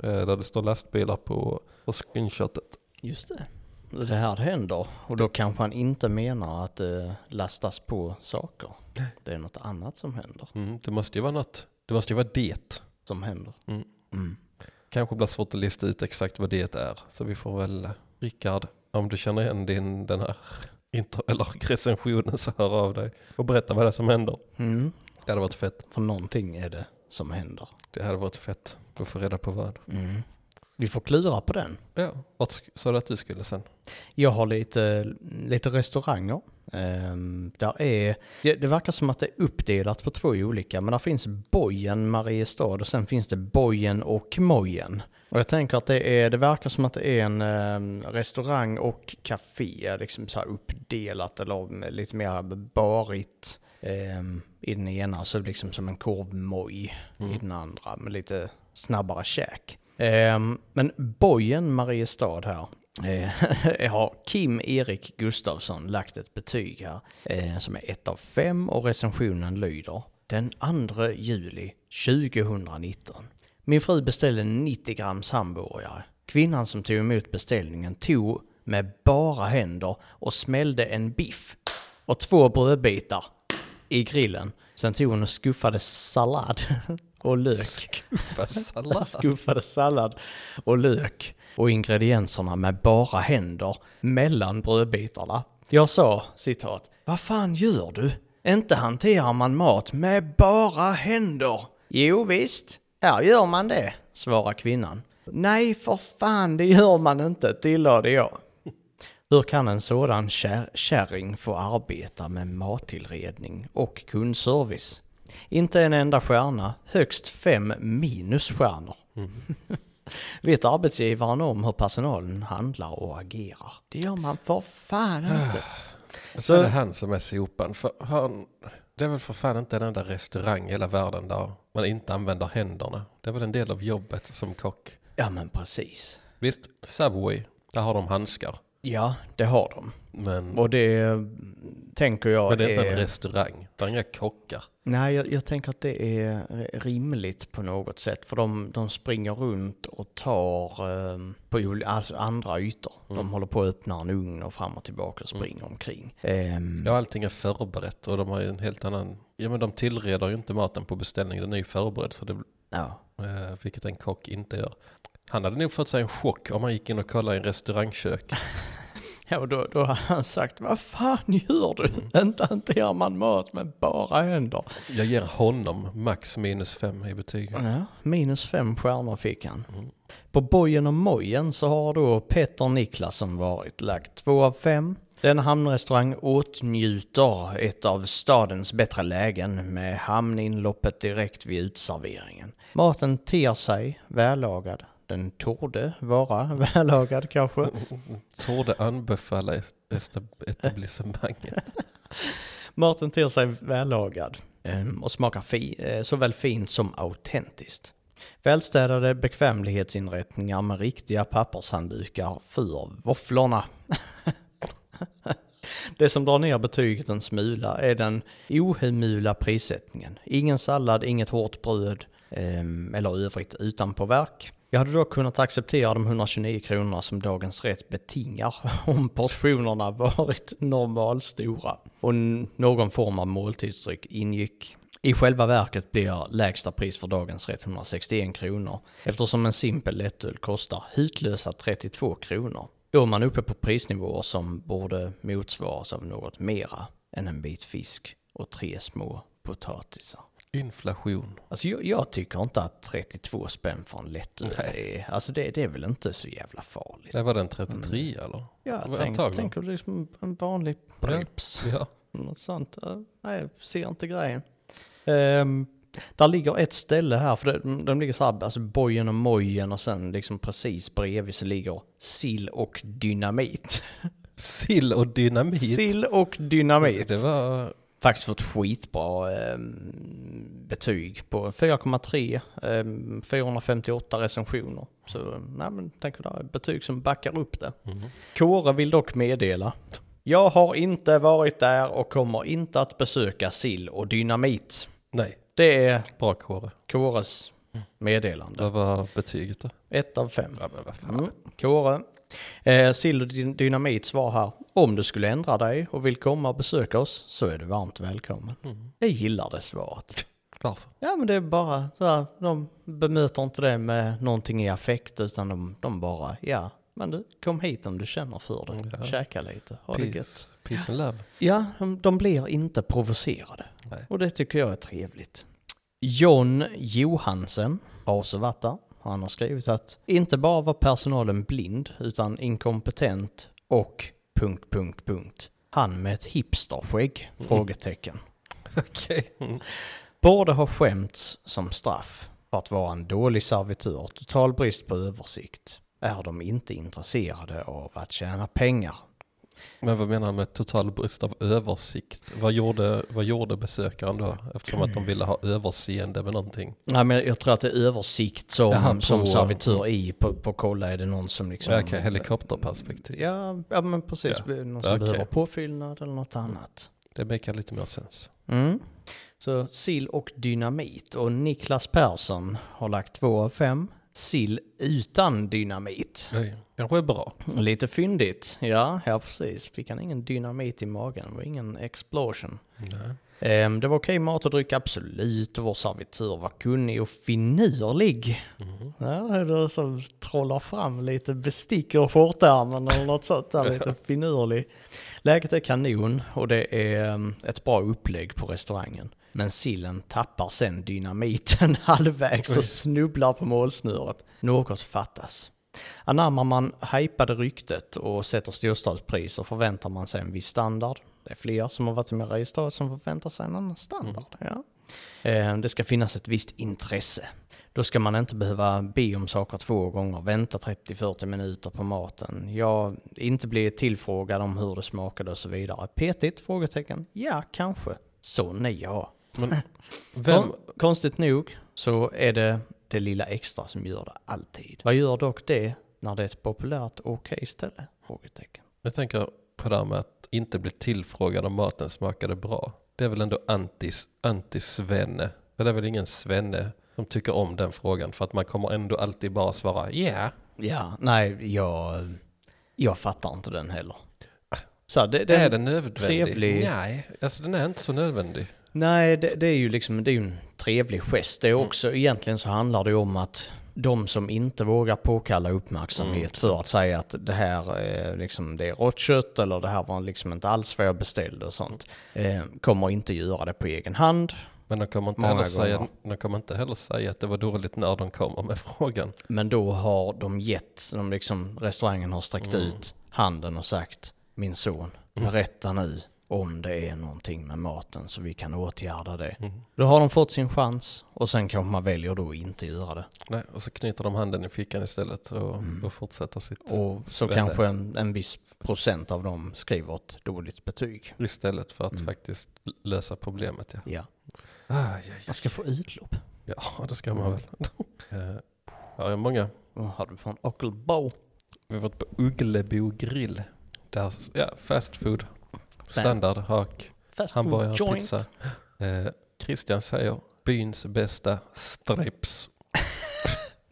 Speaker 2: eh, där det står lastbilar på, på screenshotet.
Speaker 1: Just det. Det här händer och då kanske han inte menar att det lastas på saker. Det är något annat som händer.
Speaker 2: Mm, det måste ju vara något, det måste ju vara det.
Speaker 1: Som händer.
Speaker 2: Mm.
Speaker 1: Mm.
Speaker 2: Kanske blir svårt att lista ut exakt vad det är. Så vi får väl, Rickard, om du känner igen din, den här inter- eller recensionen så hör av dig och berätta vad det är som händer.
Speaker 1: Mm.
Speaker 2: Det hade varit fett.
Speaker 1: För någonting är det som händer.
Speaker 2: Det hade varit fett att få reda på vad.
Speaker 1: Mm. Vi får klura på den.
Speaker 2: Ja, vart sk- sa du att du skulle sen?
Speaker 1: Jag har lite, lite restauranger. Ehm, där är, det, det verkar som att det är uppdelat på två olika, men där finns Bojen Mariestad och sen finns det Bojen och Mojen. Och jag tänker att det, är, det verkar som att det är en ehm, restaurang och café, liksom så här uppdelat eller lite mer barigt ehm, i den ena, så liksom som en korvmoj i den andra, med lite snabbare käk. Ehm, men Bojen Mariestad här. Eh, har Kim Erik Gustafsson lagt ett betyg här eh, som är ett av fem och recensionen lyder Den 2 juli 2019. Min fru beställde 90 grams hamburgare. Kvinnan som tog emot beställningen tog med bara händer och smällde en biff och två brödbitar i grillen. Sen tog hon och skuffade sallad och lök
Speaker 2: Vad sallad.
Speaker 1: skuffade sallad och lök och ingredienserna med bara händer mellan brödbitarna. Jag sa, citat, Vad fan gör du? Inte hanterar man mat med bara händer. Jo visst, här gör man det, svarar kvinnan. Nej för fan, det gör man inte, tillade jag. Hur kan en sådan kär- kärring få arbeta med mattillredning och kundservice? Inte en enda stjärna, högst fem minusstjärnor. Vet arbetsgivaren om hur personalen handlar och agerar? Ah. Det gör man för fan inte.
Speaker 2: Så är det han som är sopan. För han, det är väl för fan inte en enda restaurang i hela världen där man inte använder händerna. Det är väl en del av jobbet som kock.
Speaker 1: Ja men precis.
Speaker 2: Visst, Subway, där har de handskar.
Speaker 1: Ja, det har de.
Speaker 2: Men,
Speaker 1: Och det eh, tänker jag
Speaker 2: men det är inte en
Speaker 1: är...
Speaker 2: restaurang, där är inga kockar.
Speaker 1: Nej, jag, jag tänker att det är rimligt på något sätt. För de, de springer runt och tar eh, på ol- alltså andra ytor. De håller på att öppna en ugn och fram och tillbaka och springer omkring. Ehm,
Speaker 2: Ja, allting är förberett och de har ju en helt annan... Ja, men de tillreder ju inte maten på beställning, den är ju förberedd, så det,
Speaker 1: ja.
Speaker 2: eh, vilket en kock inte gör. Han hade nog fått sig en chock om han gick in och kollade i en restaurangkök.
Speaker 1: Ja, och då, då har han sagt, vad fan gör du? Inte hanterar man mat med bara händer.
Speaker 2: Jag ger honom max minus fem i betyg.
Speaker 1: Ja, minus fem stjärnor fick han. På Bojen och Mojen så har då Petter Niklasson varit lagt två av fem. Denna hamnrestaurang åtnjuter ett av stadens bättre lägen med hamninloppet direkt vid utserveringen. Maten ter sig vällagad. Den torde vara vällagad kanske.
Speaker 2: Torde anbefalla est- esta- etablissemanget.
Speaker 1: Maten ter sig vällagad ehm, och smakar fi, eh, såväl fint som autentiskt. Välstädade bekvämlighetsinrättningar med riktiga pappershanddukar för våfflorna. Det som drar ner betyget en smula är den ohemula prissättningen. Ingen sallad, inget hårt bröd ehm, eller övrigt utan verk. Jag hade dock kunnat acceptera de 129 kronorna som dagens rätt betingar om portionerna varit normalstora och n- någon form av måltidsdryck ingick. I själva verket blir lägsta pris för dagens rätt 161 kronor eftersom en simpel lättöl kostar hutlösa 32 kronor. Då är man uppe på prisnivåer som borde motsvaras av något mera än en bit fisk och tre små potatisar.
Speaker 2: Inflation.
Speaker 1: Alltså jag, jag tycker inte att 32 spänn för en lättöl är, alltså det, det är väl inte så jävla farligt.
Speaker 2: Det var den 33 eller?
Speaker 1: Mm. Ja,
Speaker 2: Vad-
Speaker 1: tänk,
Speaker 2: antagligen.
Speaker 1: tänker du liksom en vanlig preps.
Speaker 2: Ja.
Speaker 1: Något sånt. Eh, Nej, jag ser inte grejen. Ehm, där ligger ett ställe här, för de, de ligger så här, alltså bojen och mojen och sen liksom precis bredvid så ligger sill och dynamit.
Speaker 2: Sill och dynamit.
Speaker 1: Sill och dynamit.
Speaker 2: Det var...
Speaker 1: Faktiskt fått skitbra ehm, betyg på 4,3, ehm, 458 recensioner. Så nej, men tänker där är betyg som backar upp det. Kåre vill dock meddela. Jag har inte varit där och kommer inte att besöka sill och dynamit.
Speaker 2: Nej,
Speaker 1: Det är
Speaker 2: bra kåre.
Speaker 1: Kåres meddelande.
Speaker 2: Vad var betyget då?
Speaker 1: Ett av fem.
Speaker 2: Ja, men vad fan.
Speaker 1: Mm. Kåre. Eh, sill och Dyn- dynamit svar här. Om du skulle ändra dig och vill komma och besöka oss så är du varmt välkommen. Jag gillar det svaret.
Speaker 2: Varför?
Speaker 1: Mm. Ja men det är bara så här, de bemöter inte det med någonting i affekt utan de, de bara, ja men du kom hit om du känner för det.
Speaker 2: Ja.
Speaker 1: Käka lite, ha det gött.
Speaker 2: Peace, peace and love.
Speaker 1: Ja, de, de blir inte provocerade.
Speaker 2: Nej.
Speaker 1: Och det tycker jag är trevligt. John Johansen har också varit där. Han har skrivit att inte bara var personalen blind utan inkompetent och... Punkt, punkt, punkt. Han med ett hipsterskägg? Frågetecken.
Speaker 2: Mm. Okej. Mm.
Speaker 1: Borde ha skämts som straff för att vara en dålig servitör, total brist på översikt. Är de inte intresserade av att tjäna pengar?
Speaker 2: Men vad menar han med total brist av översikt? Vad gjorde, vad gjorde besökaren då? Eftersom att de ville ha överseende med någonting.
Speaker 1: Nej, men jag tror att det är översikt som,
Speaker 2: Jaha, på-
Speaker 1: som servitör i på, på kolla är det någon som liksom...
Speaker 2: Okej, helikopterperspektiv.
Speaker 1: Ja, ja, men precis. Någon som
Speaker 2: Okej.
Speaker 1: behöver påfyllnad eller något annat.
Speaker 2: Det makar lite mer sens.
Speaker 1: Mm. Så sill och dynamit. Och Niklas Persson har lagt två av fem. Sill utan dynamit.
Speaker 2: Oj, Kanske är bra.
Speaker 1: Lite fyndigt. Ja, ja precis. Fick han ingen dynamit i magen. Det var ingen explosion.
Speaker 2: Nej.
Speaker 1: Ehm, Det var okej mat och dryck, absolut. Och Vår servitör var kunnig och finurlig.
Speaker 2: Mm.
Speaker 1: Ja, är det som trollar fram lite bestick ur skjortärmen eller något sånt där, lite finurlig. Läget är kanon och det är ehm, ett bra upplägg på restaurangen. Men sillen tappar sen dynamiten halvvägs och snubblar på målsnöret. Något fattas. Anammar man hypade ryktet och sätter storstadspriser förväntar man sig en viss standard. Det är fler som har varit med i stad som förväntar sig en annan standard. Ja. Eh, Det ska finnas ett visst intresse. Då ska man inte behöva be om saker två gånger, vänta 30-40 minuter på maten. Jag inte bli tillfrågad om hur det smakade och så vidare. Petigt? Frågetecken. Ja, kanske. Så nej, ja.
Speaker 2: Men vem,
Speaker 1: Kon- Konstigt nog så är det det lilla extra som gör det alltid. Vad gör dock det när det är ett populärt okej ställe? Frågetecken.
Speaker 2: jag tänker på det här med att inte bli tillfrågad om maten smakade bra. Det är väl ändå antis- anti-svenne. Men det är väl ingen svenne som tycker om den frågan. För att man kommer ändå alltid bara svara ja.
Speaker 1: Ja, nej, jag, jag fattar inte den heller. Så det,
Speaker 2: Det är
Speaker 1: det,
Speaker 2: den nödvändig?
Speaker 1: trevlig.
Speaker 2: Nej, alltså den är inte så nödvändig.
Speaker 1: nej, det, det är ju liksom det är ju en trevlig gest det är också. Egentligen så handlar det om att de som inte vågar påkalla uppmärksamhet för att säga att det här eh, liksom, det är rått kött eller det här var liksom inte alls vad jag beställde och sånt. Eh, kommer inte göra det på egen hand.
Speaker 2: Men de kommer, inte
Speaker 1: Många
Speaker 2: heller säga,
Speaker 1: gånger.
Speaker 2: de kommer inte heller säga att det var dåligt när de kommer med frågan.
Speaker 1: Men då har de gett, de liksom, restaurangen har sträckt ut handen och sagt min son, berätta nu om det är någonting med maten så vi kan åtgärda det. Då har de fått sin chans och sen kanske man väljer då att inte göra det.
Speaker 2: Nej, och så knyter de handen i fickan istället och, och fortsätter sitt
Speaker 1: Mm. Och så
Speaker 2: Spännande.
Speaker 1: kanske en, en viss procent av dem skriver ett dåligt betyg.
Speaker 2: istället för att
Speaker 1: Mm.
Speaker 2: faktiskt lösa problemet. Ja,
Speaker 1: Ja,
Speaker 2: ah, ja, ja.
Speaker 1: man ska få utlopp.
Speaker 2: ja det ska man väl.
Speaker 1: Mm.
Speaker 2: Eh, ja, det är många.
Speaker 1: Vad har du från Ockelbo?
Speaker 2: Vi har varit på Ugglebo grill. Där, ja, fast food, standard, hak,
Speaker 1: Fast food
Speaker 2: hamburgare,
Speaker 1: joint.
Speaker 2: pizza. Eh, Christian säger byns bästa strips.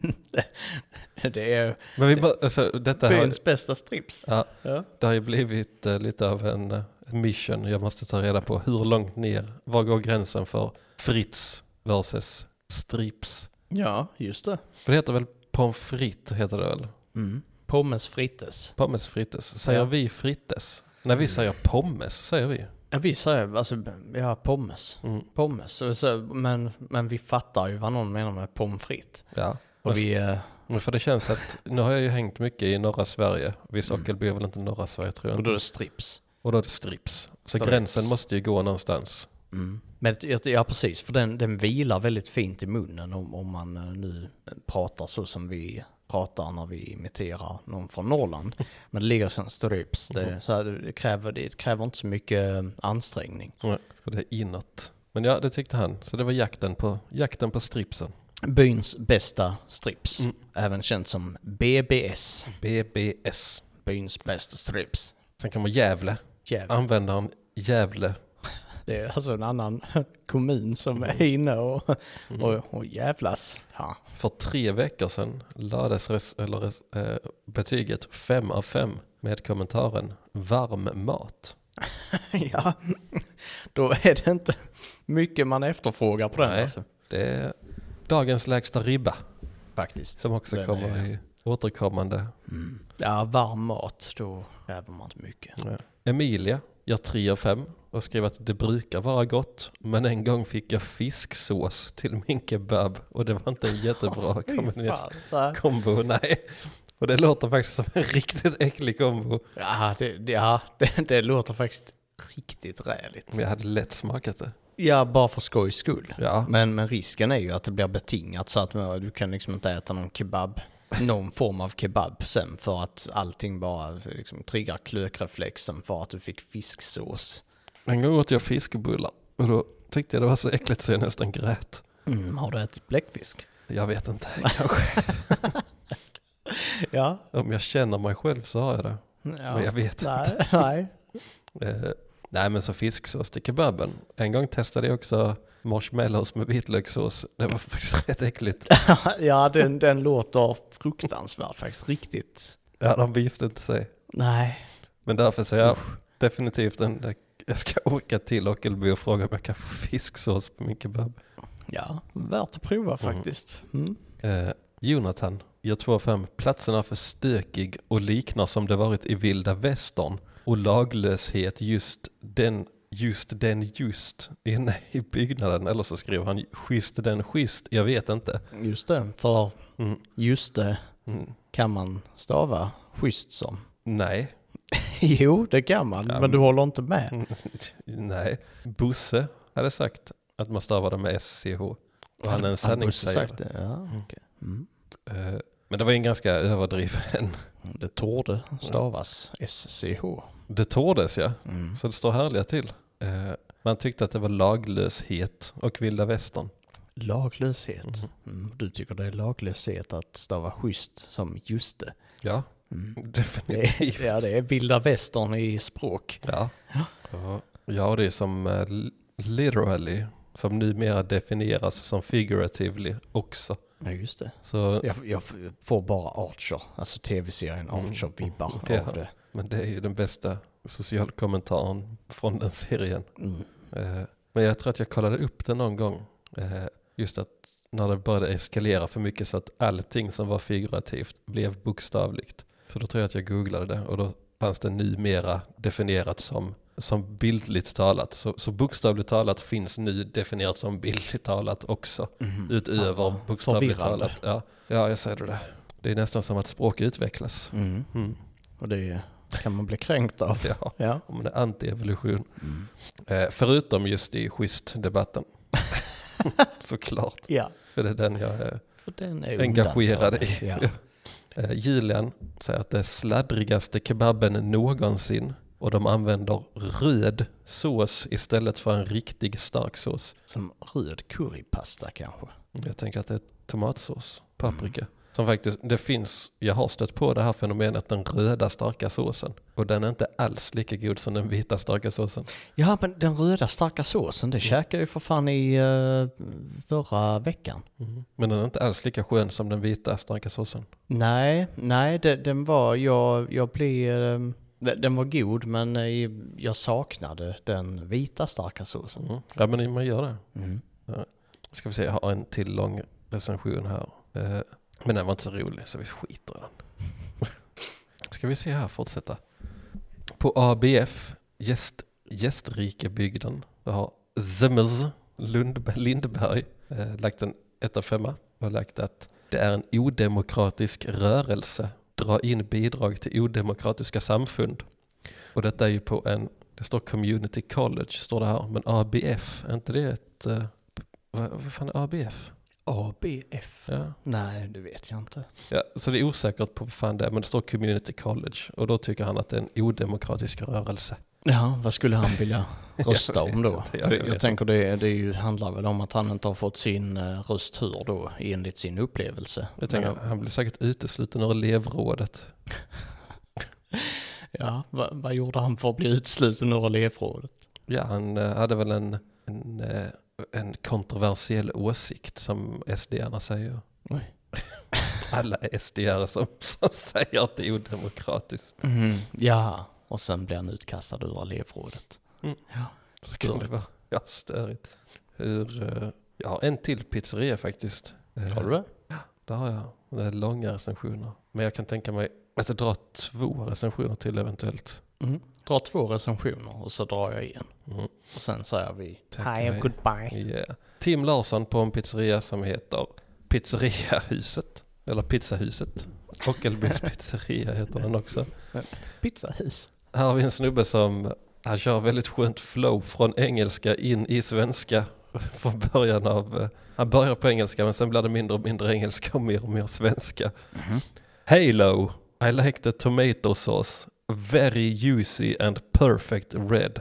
Speaker 1: Det är
Speaker 2: Men vi bara, alltså, detta här,
Speaker 1: byns bästa strips.
Speaker 2: Ja.
Speaker 1: Ja.
Speaker 2: Det har ju blivit eh, lite av en eh, mission. Jag måste ta reda på hur långt ner, var går gränsen för Fritz versus Strips?
Speaker 1: ja, just det.
Speaker 2: För det heter väl pommes frites, heter det väl?
Speaker 1: Mm. Pommes frites.
Speaker 2: Pommes frites. Säger
Speaker 1: Ja.
Speaker 2: vi frites? När vi säger pommes, säger vi.
Speaker 1: Ja, vi säger alltså, ja, pommes.
Speaker 2: Mm.
Speaker 1: Pommes. Så- så- Men, men vi fattar ju vad någon menar med pommes frites.
Speaker 2: Ja.
Speaker 1: Och vi, eh,
Speaker 2: Men Mm, för det känns att, nu har jag ju hängt mycket i norra Sverige. Visst, Ockelby är väl inte norra Sverige tror jag
Speaker 1: Mm. och då är
Speaker 2: inte.
Speaker 1: det strips.
Speaker 2: Och då är det strips. Så
Speaker 1: Strips.
Speaker 2: gränsen måste ju gå någonstans.
Speaker 1: Mm. Men jag- ja, precis. För den, den vilar väldigt fint i munnen om, om man eh, nu pratar så som vi pratar när vi imiterar någon från Norrland. Men det ligger som strips. Det, så här, det, kräver, det kräver inte så mycket eh, ansträngning.
Speaker 2: Nej. För det är inåt. Men ja, det tyckte han. Så det var jakten på, jakten på stripsen.
Speaker 1: Byns bästa strips. Även känt som BBS.
Speaker 2: BBS.
Speaker 1: Byns bästa strips.
Speaker 2: Sen kommer Gävle.
Speaker 1: Jävlar.
Speaker 2: Användaren Gävle.
Speaker 1: Det är alltså en annan kommun som är inne och,
Speaker 2: Mm.
Speaker 1: och, och jävlas. Ja.
Speaker 2: För tre veckor sedan lades res, eller res, eh, betyget 5 av 5 med kommentaren varm mat.
Speaker 1: ja, då är det inte mycket man efterfrågar på den
Speaker 2: Nej.
Speaker 1: alltså.
Speaker 2: Det är dagens lägsta ribba
Speaker 1: Faktiskt.
Speaker 2: som också
Speaker 1: Den
Speaker 2: kommer
Speaker 1: är-
Speaker 2: i återkommande.
Speaker 1: Ja, varm mat, då kräver man inte mycket.
Speaker 2: Emilia gör 3 av 5 och skrev att det brukar vara gott men en gång fick jag fisksås till min kebab och det var inte en jättebra
Speaker 1: Fy
Speaker 2: kombination.
Speaker 1: fan, så här.
Speaker 2: Kombo, nej. Och det låter faktiskt som en riktigt äcklig kombo.
Speaker 1: Ja, det, det, ja det, det låter faktiskt riktigt räligt.
Speaker 2: Men jag hade lätt smakat det.
Speaker 1: Ja, bara för skojs skull.
Speaker 2: Ja,
Speaker 1: Men, men risken är ju att det blir betingat så att man- du kan liksom inte äta någon kebab någon form av kebab sen för att allting bara liksom triggar klökreflexen för att du fick fisksås.
Speaker 2: En gång åt jag fiskbullar och då tyckte jag det var så äckligt så jag nästan grät.
Speaker 1: Mm, har du ätit bläckfisk?
Speaker 2: Jag vet inte, kanske.
Speaker 1: Ja.
Speaker 2: Om jag känner mig själv så har jag det. Men jag vet inte.
Speaker 1: nej, nej.
Speaker 2: Eh, nej men så fisksås till kebaben. En gång testade jag också marshmallows med vitlökssås. Det var faktiskt rätt äckligt.
Speaker 1: ja, den, den låter fruktansvärt faktiskt. Riktigt.
Speaker 2: Ja, de begifte inte sig.
Speaker 1: Nej.
Speaker 2: Men därför säger jag definitivt en, jag ska åka till Ockelbo och fråga om jag kan få fisksås på min kebab.
Speaker 1: Ja, värt att prova
Speaker 2: Mm.
Speaker 1: faktiskt. Mm.
Speaker 2: Eh, Jonathan, gör 2-5. Platsen är för stökig och liknar som det varit i vilda västern. Och laglöshet just den, just den just inne i byggnaden. Eller så skrev han schysst den schysst, jag vet inte.
Speaker 1: Just det, för
Speaker 2: Mm.
Speaker 1: just det
Speaker 2: Mm.
Speaker 1: kan man stava schysst som.
Speaker 2: Nej,
Speaker 1: Jo, det kan man,
Speaker 2: Ja,
Speaker 1: men du
Speaker 2: men-
Speaker 1: håller inte med.
Speaker 2: Mm, nej. Bosse hade sagt att man stavade med SCH. Och han är en
Speaker 1: måste
Speaker 2: sanningssägare.
Speaker 1: sagt det. Ja, okej. mm.
Speaker 2: Eh, Men det var ju en ganska överdriven.
Speaker 1: Det torde stavas SCH.
Speaker 2: Det tordes ja.
Speaker 1: Mm.
Speaker 2: Så det står härliga till. Eh, Man tyckte att det var laglöshet och vilda västern.
Speaker 1: Laglöshet. Mm. Du tycker det är laglöshet att stava schysst som just det.
Speaker 2: Ja,
Speaker 1: Mm.
Speaker 2: definitivt.
Speaker 1: Ja, det är vilda västern i språk.
Speaker 2: Ja. Ja. ja, det är som eh, li- literally, som numera definieras som figuratively också.
Speaker 1: Ja, just det.
Speaker 2: Så,
Speaker 1: Jag, jag får bara Archer, alltså tv-serien Archer-vibbar
Speaker 2: Ja.
Speaker 1: av det.
Speaker 2: Men det är ju den bästa socialkommentaren från den serien.
Speaker 1: Mm.
Speaker 2: Eh, Men jag tror att jag kollade upp det någon gång. Eh, Just att när det började eskalera för mycket så att allting som var figurativt blev bokstavligt. Så då tror jag att jag googlade det och då fanns det numera definierat som, som bildligt talat. Så, så bokstavligt talat finns nu definierat som bildligt talat också.
Speaker 1: Mm. Fan,
Speaker 2: Utöver
Speaker 1: vad
Speaker 2: bokstavligt
Speaker 1: förvirrande.
Speaker 2: talat. Ja. ja, jag säger det. Det är nästan som att språk utvecklas.
Speaker 1: Mm.
Speaker 2: Mm.
Speaker 1: Och det kan man bli kränkt av.
Speaker 2: Ja,
Speaker 1: Ja.
Speaker 2: om det är antievolution.
Speaker 1: Mm.
Speaker 2: Eh, förutom just i schysst-debatten. Såklart,
Speaker 1: Ja.
Speaker 2: för det är den jag är.
Speaker 1: Och den är
Speaker 2: Engagerad
Speaker 1: undantagen.
Speaker 2: i.
Speaker 1: Ja.
Speaker 2: Eh, Julian säger att det är sladdrigaste kebaben någonsin och de använder röd sås istället för en riktig stark sås. Mm,
Speaker 1: Som röd currypasta kanske.
Speaker 2: Jag tänker att det är tomatsås, paprika.
Speaker 1: Mm.
Speaker 2: Som faktiskt, det finns, jag har stött på det här fenomenet, den röda starka såsen. Och den är inte alls lika god som den vita starka såsen.
Speaker 1: Ja, men den röda starka såsen, det käkade jag ju för fan i eh, förra veckan.
Speaker 2: Men den är inte alls lika skön som den vita starka såsen.
Speaker 1: Nej, nej, det, den var, jag, jag blev, ehm, de- den var god men eh, jag saknade den vita starka såsen.
Speaker 2: Mm. Ja men man gör det.
Speaker 1: Mm.
Speaker 2: Ska vi se, jag har en till lång recension här. Eh, Men den var inte så rolig så vi skiter i den. Ska vi se här, fortsätta. På ABF, gäst, Gästrikebygden, då har Zemz Lundberg, Lindberg eh, lagt en etta femma och lagt att det är en odemokratisk rörelse. Dra in bidrag till odemokratiska samfund. Och detta är ju på en, det står community college, står det här, men ABF, är inte det ett eh, vad, vad fan är ABF?
Speaker 1: ABF?
Speaker 2: Ja.
Speaker 1: Nej, det vet jag inte.
Speaker 2: ja, så det är osäkert på vad fan det är, men det står Community College och då tycker han att det är en odemokratisk rörelse.
Speaker 1: Ja, vad skulle han vilja rösta
Speaker 2: Jag vet
Speaker 1: om då?
Speaker 2: inte, jag
Speaker 1: Jag,
Speaker 2: vet
Speaker 1: jag,
Speaker 2: inte.
Speaker 1: tänker det, det är ju, handlar väl om att han inte har fått sin eh, röst hur då, enligt sin upplevelse.
Speaker 2: Jag tänker,
Speaker 1: Men,
Speaker 2: han blir säkert utesluten ur elevrådet.
Speaker 1: ja, vad, vad gjorde han för att bli utsluten ur elevrådet?
Speaker 2: Ja, han eh, hade väl en, en, eh, en kontroversiell åsikt som SD-arna säger.
Speaker 1: Oj.
Speaker 2: Alla SD-are som, som säger att det är odemokratiskt.
Speaker 1: Mm, ja, och sen blir han utkastad ur elevrådet.
Speaker 2: Mm.
Speaker 1: Ja,
Speaker 2: Så kan det
Speaker 1: störigt.
Speaker 2: vara. Ja, störigt. Hur, eh, jag har en till pizzeria faktiskt. Eh,
Speaker 1: Har du det?
Speaker 2: Det har jag. Det är långa recensioner. Men jag kan tänka mig att jag drar två recensioner till eventuellt.
Speaker 1: Mm. Dra två recensioner och så drar jag igen.
Speaker 2: Mm.
Speaker 1: Och sen säger vi
Speaker 2: Tack och
Speaker 1: hej
Speaker 2: hej.
Speaker 1: och goodbye.
Speaker 2: Yeah. Tim Larsson på en pizzeria som heter Pizzeriahuset. Eller Pizzahuset. Ockelbos pizzeria heter den också.
Speaker 1: Pizzahus.
Speaker 2: Här har vi en snubbe som han kör väldigt skönt flow från engelska in i svenska. från början av, eh, han börjar på engelska men sen blir det mindre och mindre engelska och mer och mer svenska. Halo, I like the tomato sauce, very juicy and perfect red.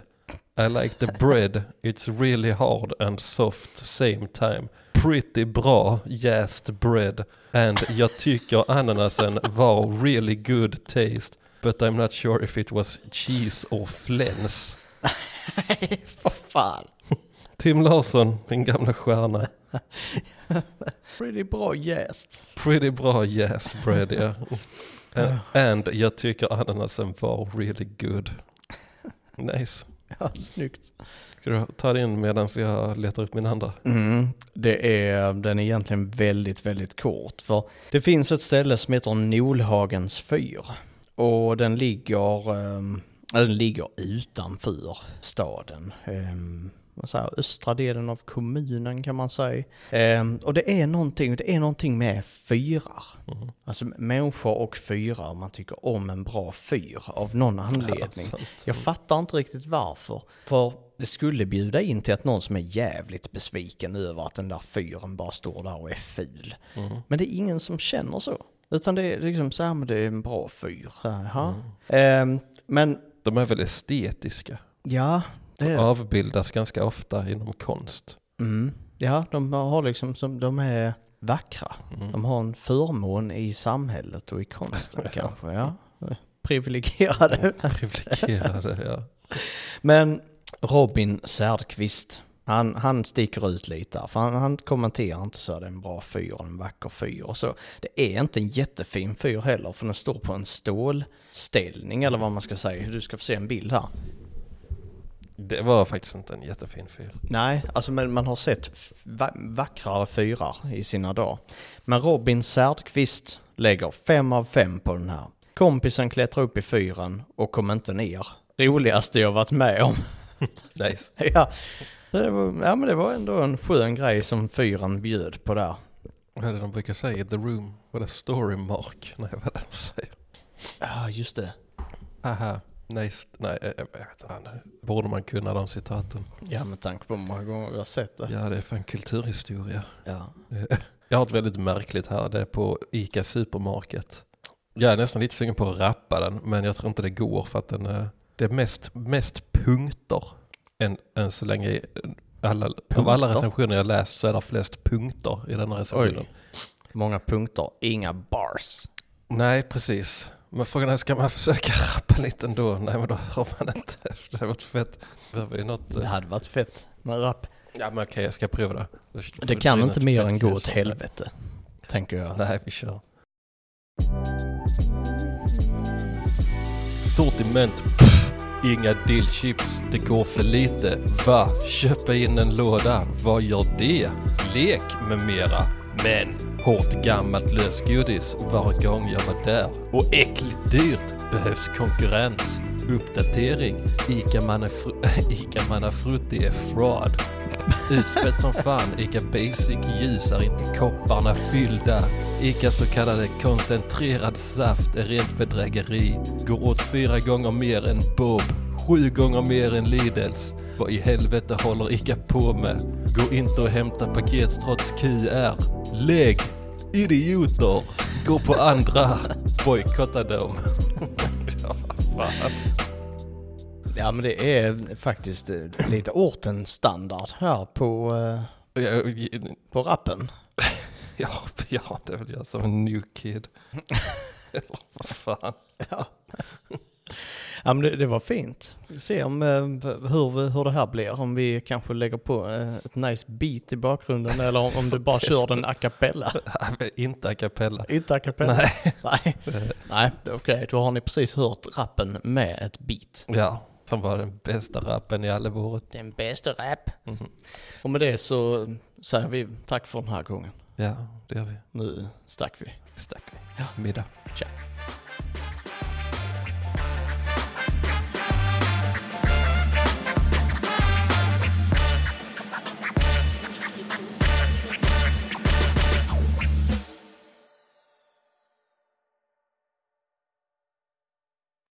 Speaker 2: I like the bread, it's really hard and soft same time. Pretty bra jäst bread. And jag tycker ananasen var really good taste. But I'm not sure if it was cheese or flens.
Speaker 1: Nej, för fan.
Speaker 2: Tim Larsson, din gamla stjärna.
Speaker 1: Pretty bra jäst.
Speaker 2: Pretty bra yes bread, ja. Eh, And jag tycker ananasen var really good. Nice.
Speaker 1: Ja, snyggt.
Speaker 2: Ska du ta det in medan jag letar upp min andra?
Speaker 1: Mm, det är, den är egentligen väldigt, väldigt kort. För det finns ett ställe som heter Nolhagens fyr. Och den ligger, ehm, den ligger utanför staden. Ehm, vad säger jag, östra delen av kommunen kan man säga. Ehm, och det är, någonting, det är någonting med fyrar. Alltså människor och fyrar, man tycker om en bra fyr av någon anledning.
Speaker 2: sant.
Speaker 1: Jag fattar inte riktigt varför. För det skulle bjuda in till att någon som är jävligt besviken över att den där fyren bara står där och är ful. Men det är ingen som känner så. Utan det är liksom så här, men det är en bra fyr. Jaha. Ehm, men
Speaker 2: De är väl estetiska?
Speaker 1: ja, det är
Speaker 2: Avbildas ganska ofta inom konst.
Speaker 1: Mm. Ja, de har liksom, som, de är vackra. De har en förmån i samhället och i konsten kanske. Ja. Privilegierade.
Speaker 2: Privilegierade, ja.
Speaker 1: Men Robin Särdqvist, han, han sticker ut lite där, för han, han kommenterar inte så här, det är en bra fyr, och en vacker fyr och så. Det är inte en jättefin fyr heller, för den står på en stålställning eller vad man ska säga. Du ska få se en bild här.
Speaker 2: Det var faktiskt inte en jättefin film.
Speaker 1: Nej, alltså men man har sett va- vackrare fyrar i sina dagar. Men Robin Särdqvist lägger fem av fem på den här. Kompisen klättrar upp i fyren och kom inte ner. Roligaste jag varit med om.
Speaker 2: Nice.
Speaker 1: ja. Det var, ja, men det var ändå en skön grej som fyren bjöd på där.
Speaker 2: Vad är det de brukar säga i The Room? Vad är det? Story mark? Nej, vad är det de säger?
Speaker 1: Ja, ah, just det.
Speaker 2: Haha, nice. Nej, eh, jag jag vet inte. Borde man kunna de citaten?
Speaker 1: Ja, med tanke på hur många gånger vi har sett det.
Speaker 2: Ja, det är fan kulturhistoria.
Speaker 1: Ja.
Speaker 2: Jag har ett väldigt märkligt här, det är på ICA Supermarket. Jag är nästan lite sugen på att rappa den, men jag tror inte det går för att den är, det är mest, mest punkter än, än så länge. i- eh, Alla, av alla
Speaker 1: Punkter?
Speaker 2: recensioner jag läst så är det flest punkter i den här recensionen.
Speaker 1: Oj. Många punkter, inga bars.
Speaker 2: Nej, precis. Men frågan är, ska man försöka rappa lite ändå? Nej, men då hör man inte. Det har varit fett. Behöver ju något... eh,
Speaker 1: Det hade varit fett med rap.
Speaker 2: Ja, men okej, jag ska prova det.
Speaker 1: Det kan inte mer än gå åt helvete, tänker jag.
Speaker 2: Nej, vi kör. Sortiment. Pff, Inga dillchips. Det går för lite. Va? Köpa in en låda. Vad gör det? Lek med mera. Men hårt gammalt lösgodis varje gång jag var där. Och äckligt dyrt. Behövs konkurrens. Uppdatering. Ica Manafru- Ica Manafrutti är fraud. Utspätt som fan, Ica Basic ljus är inte kopparna fyllda. Ica så kallade koncentrerad saft är rent bedrägeri. Går åt fyra gånger mer än Bob, sju gånger mer än Lidls. Vad i helvete håller Ica på med? Gå inte och hämta paket trots QR. Lägg! Idioter! Gå på andra! Bojkotta dem. ja, vad fan.
Speaker 1: Ja men det är faktiskt eh, lite ortens standard här på, eh,
Speaker 2: Jag-
Speaker 1: på rappen.
Speaker 2: Ja, ja, det vill jag som en new kid. Eller vad fan.
Speaker 1: Ja men det, det var fint. Vi ser om, eh, hur, vi- hur det här blir, om vi kanske lägger på eh, ett nice beat i bakgrunden eller om, om du bara kör den a cappella.
Speaker 2: Nej, men Inte a cappella. Eh,
Speaker 1: Inte a cappella? Nej. Nej, Nej okej, då har ni precis hört rappen med ett beat.
Speaker 2: Ja, som var den bästa rappen i alla året.
Speaker 1: Den bästa rap. Och med det så säger vi tack för den här gången.
Speaker 2: Ja, det gör vi.
Speaker 1: Nu stack vi.
Speaker 2: Stack vi. Middag.
Speaker 1: Tja.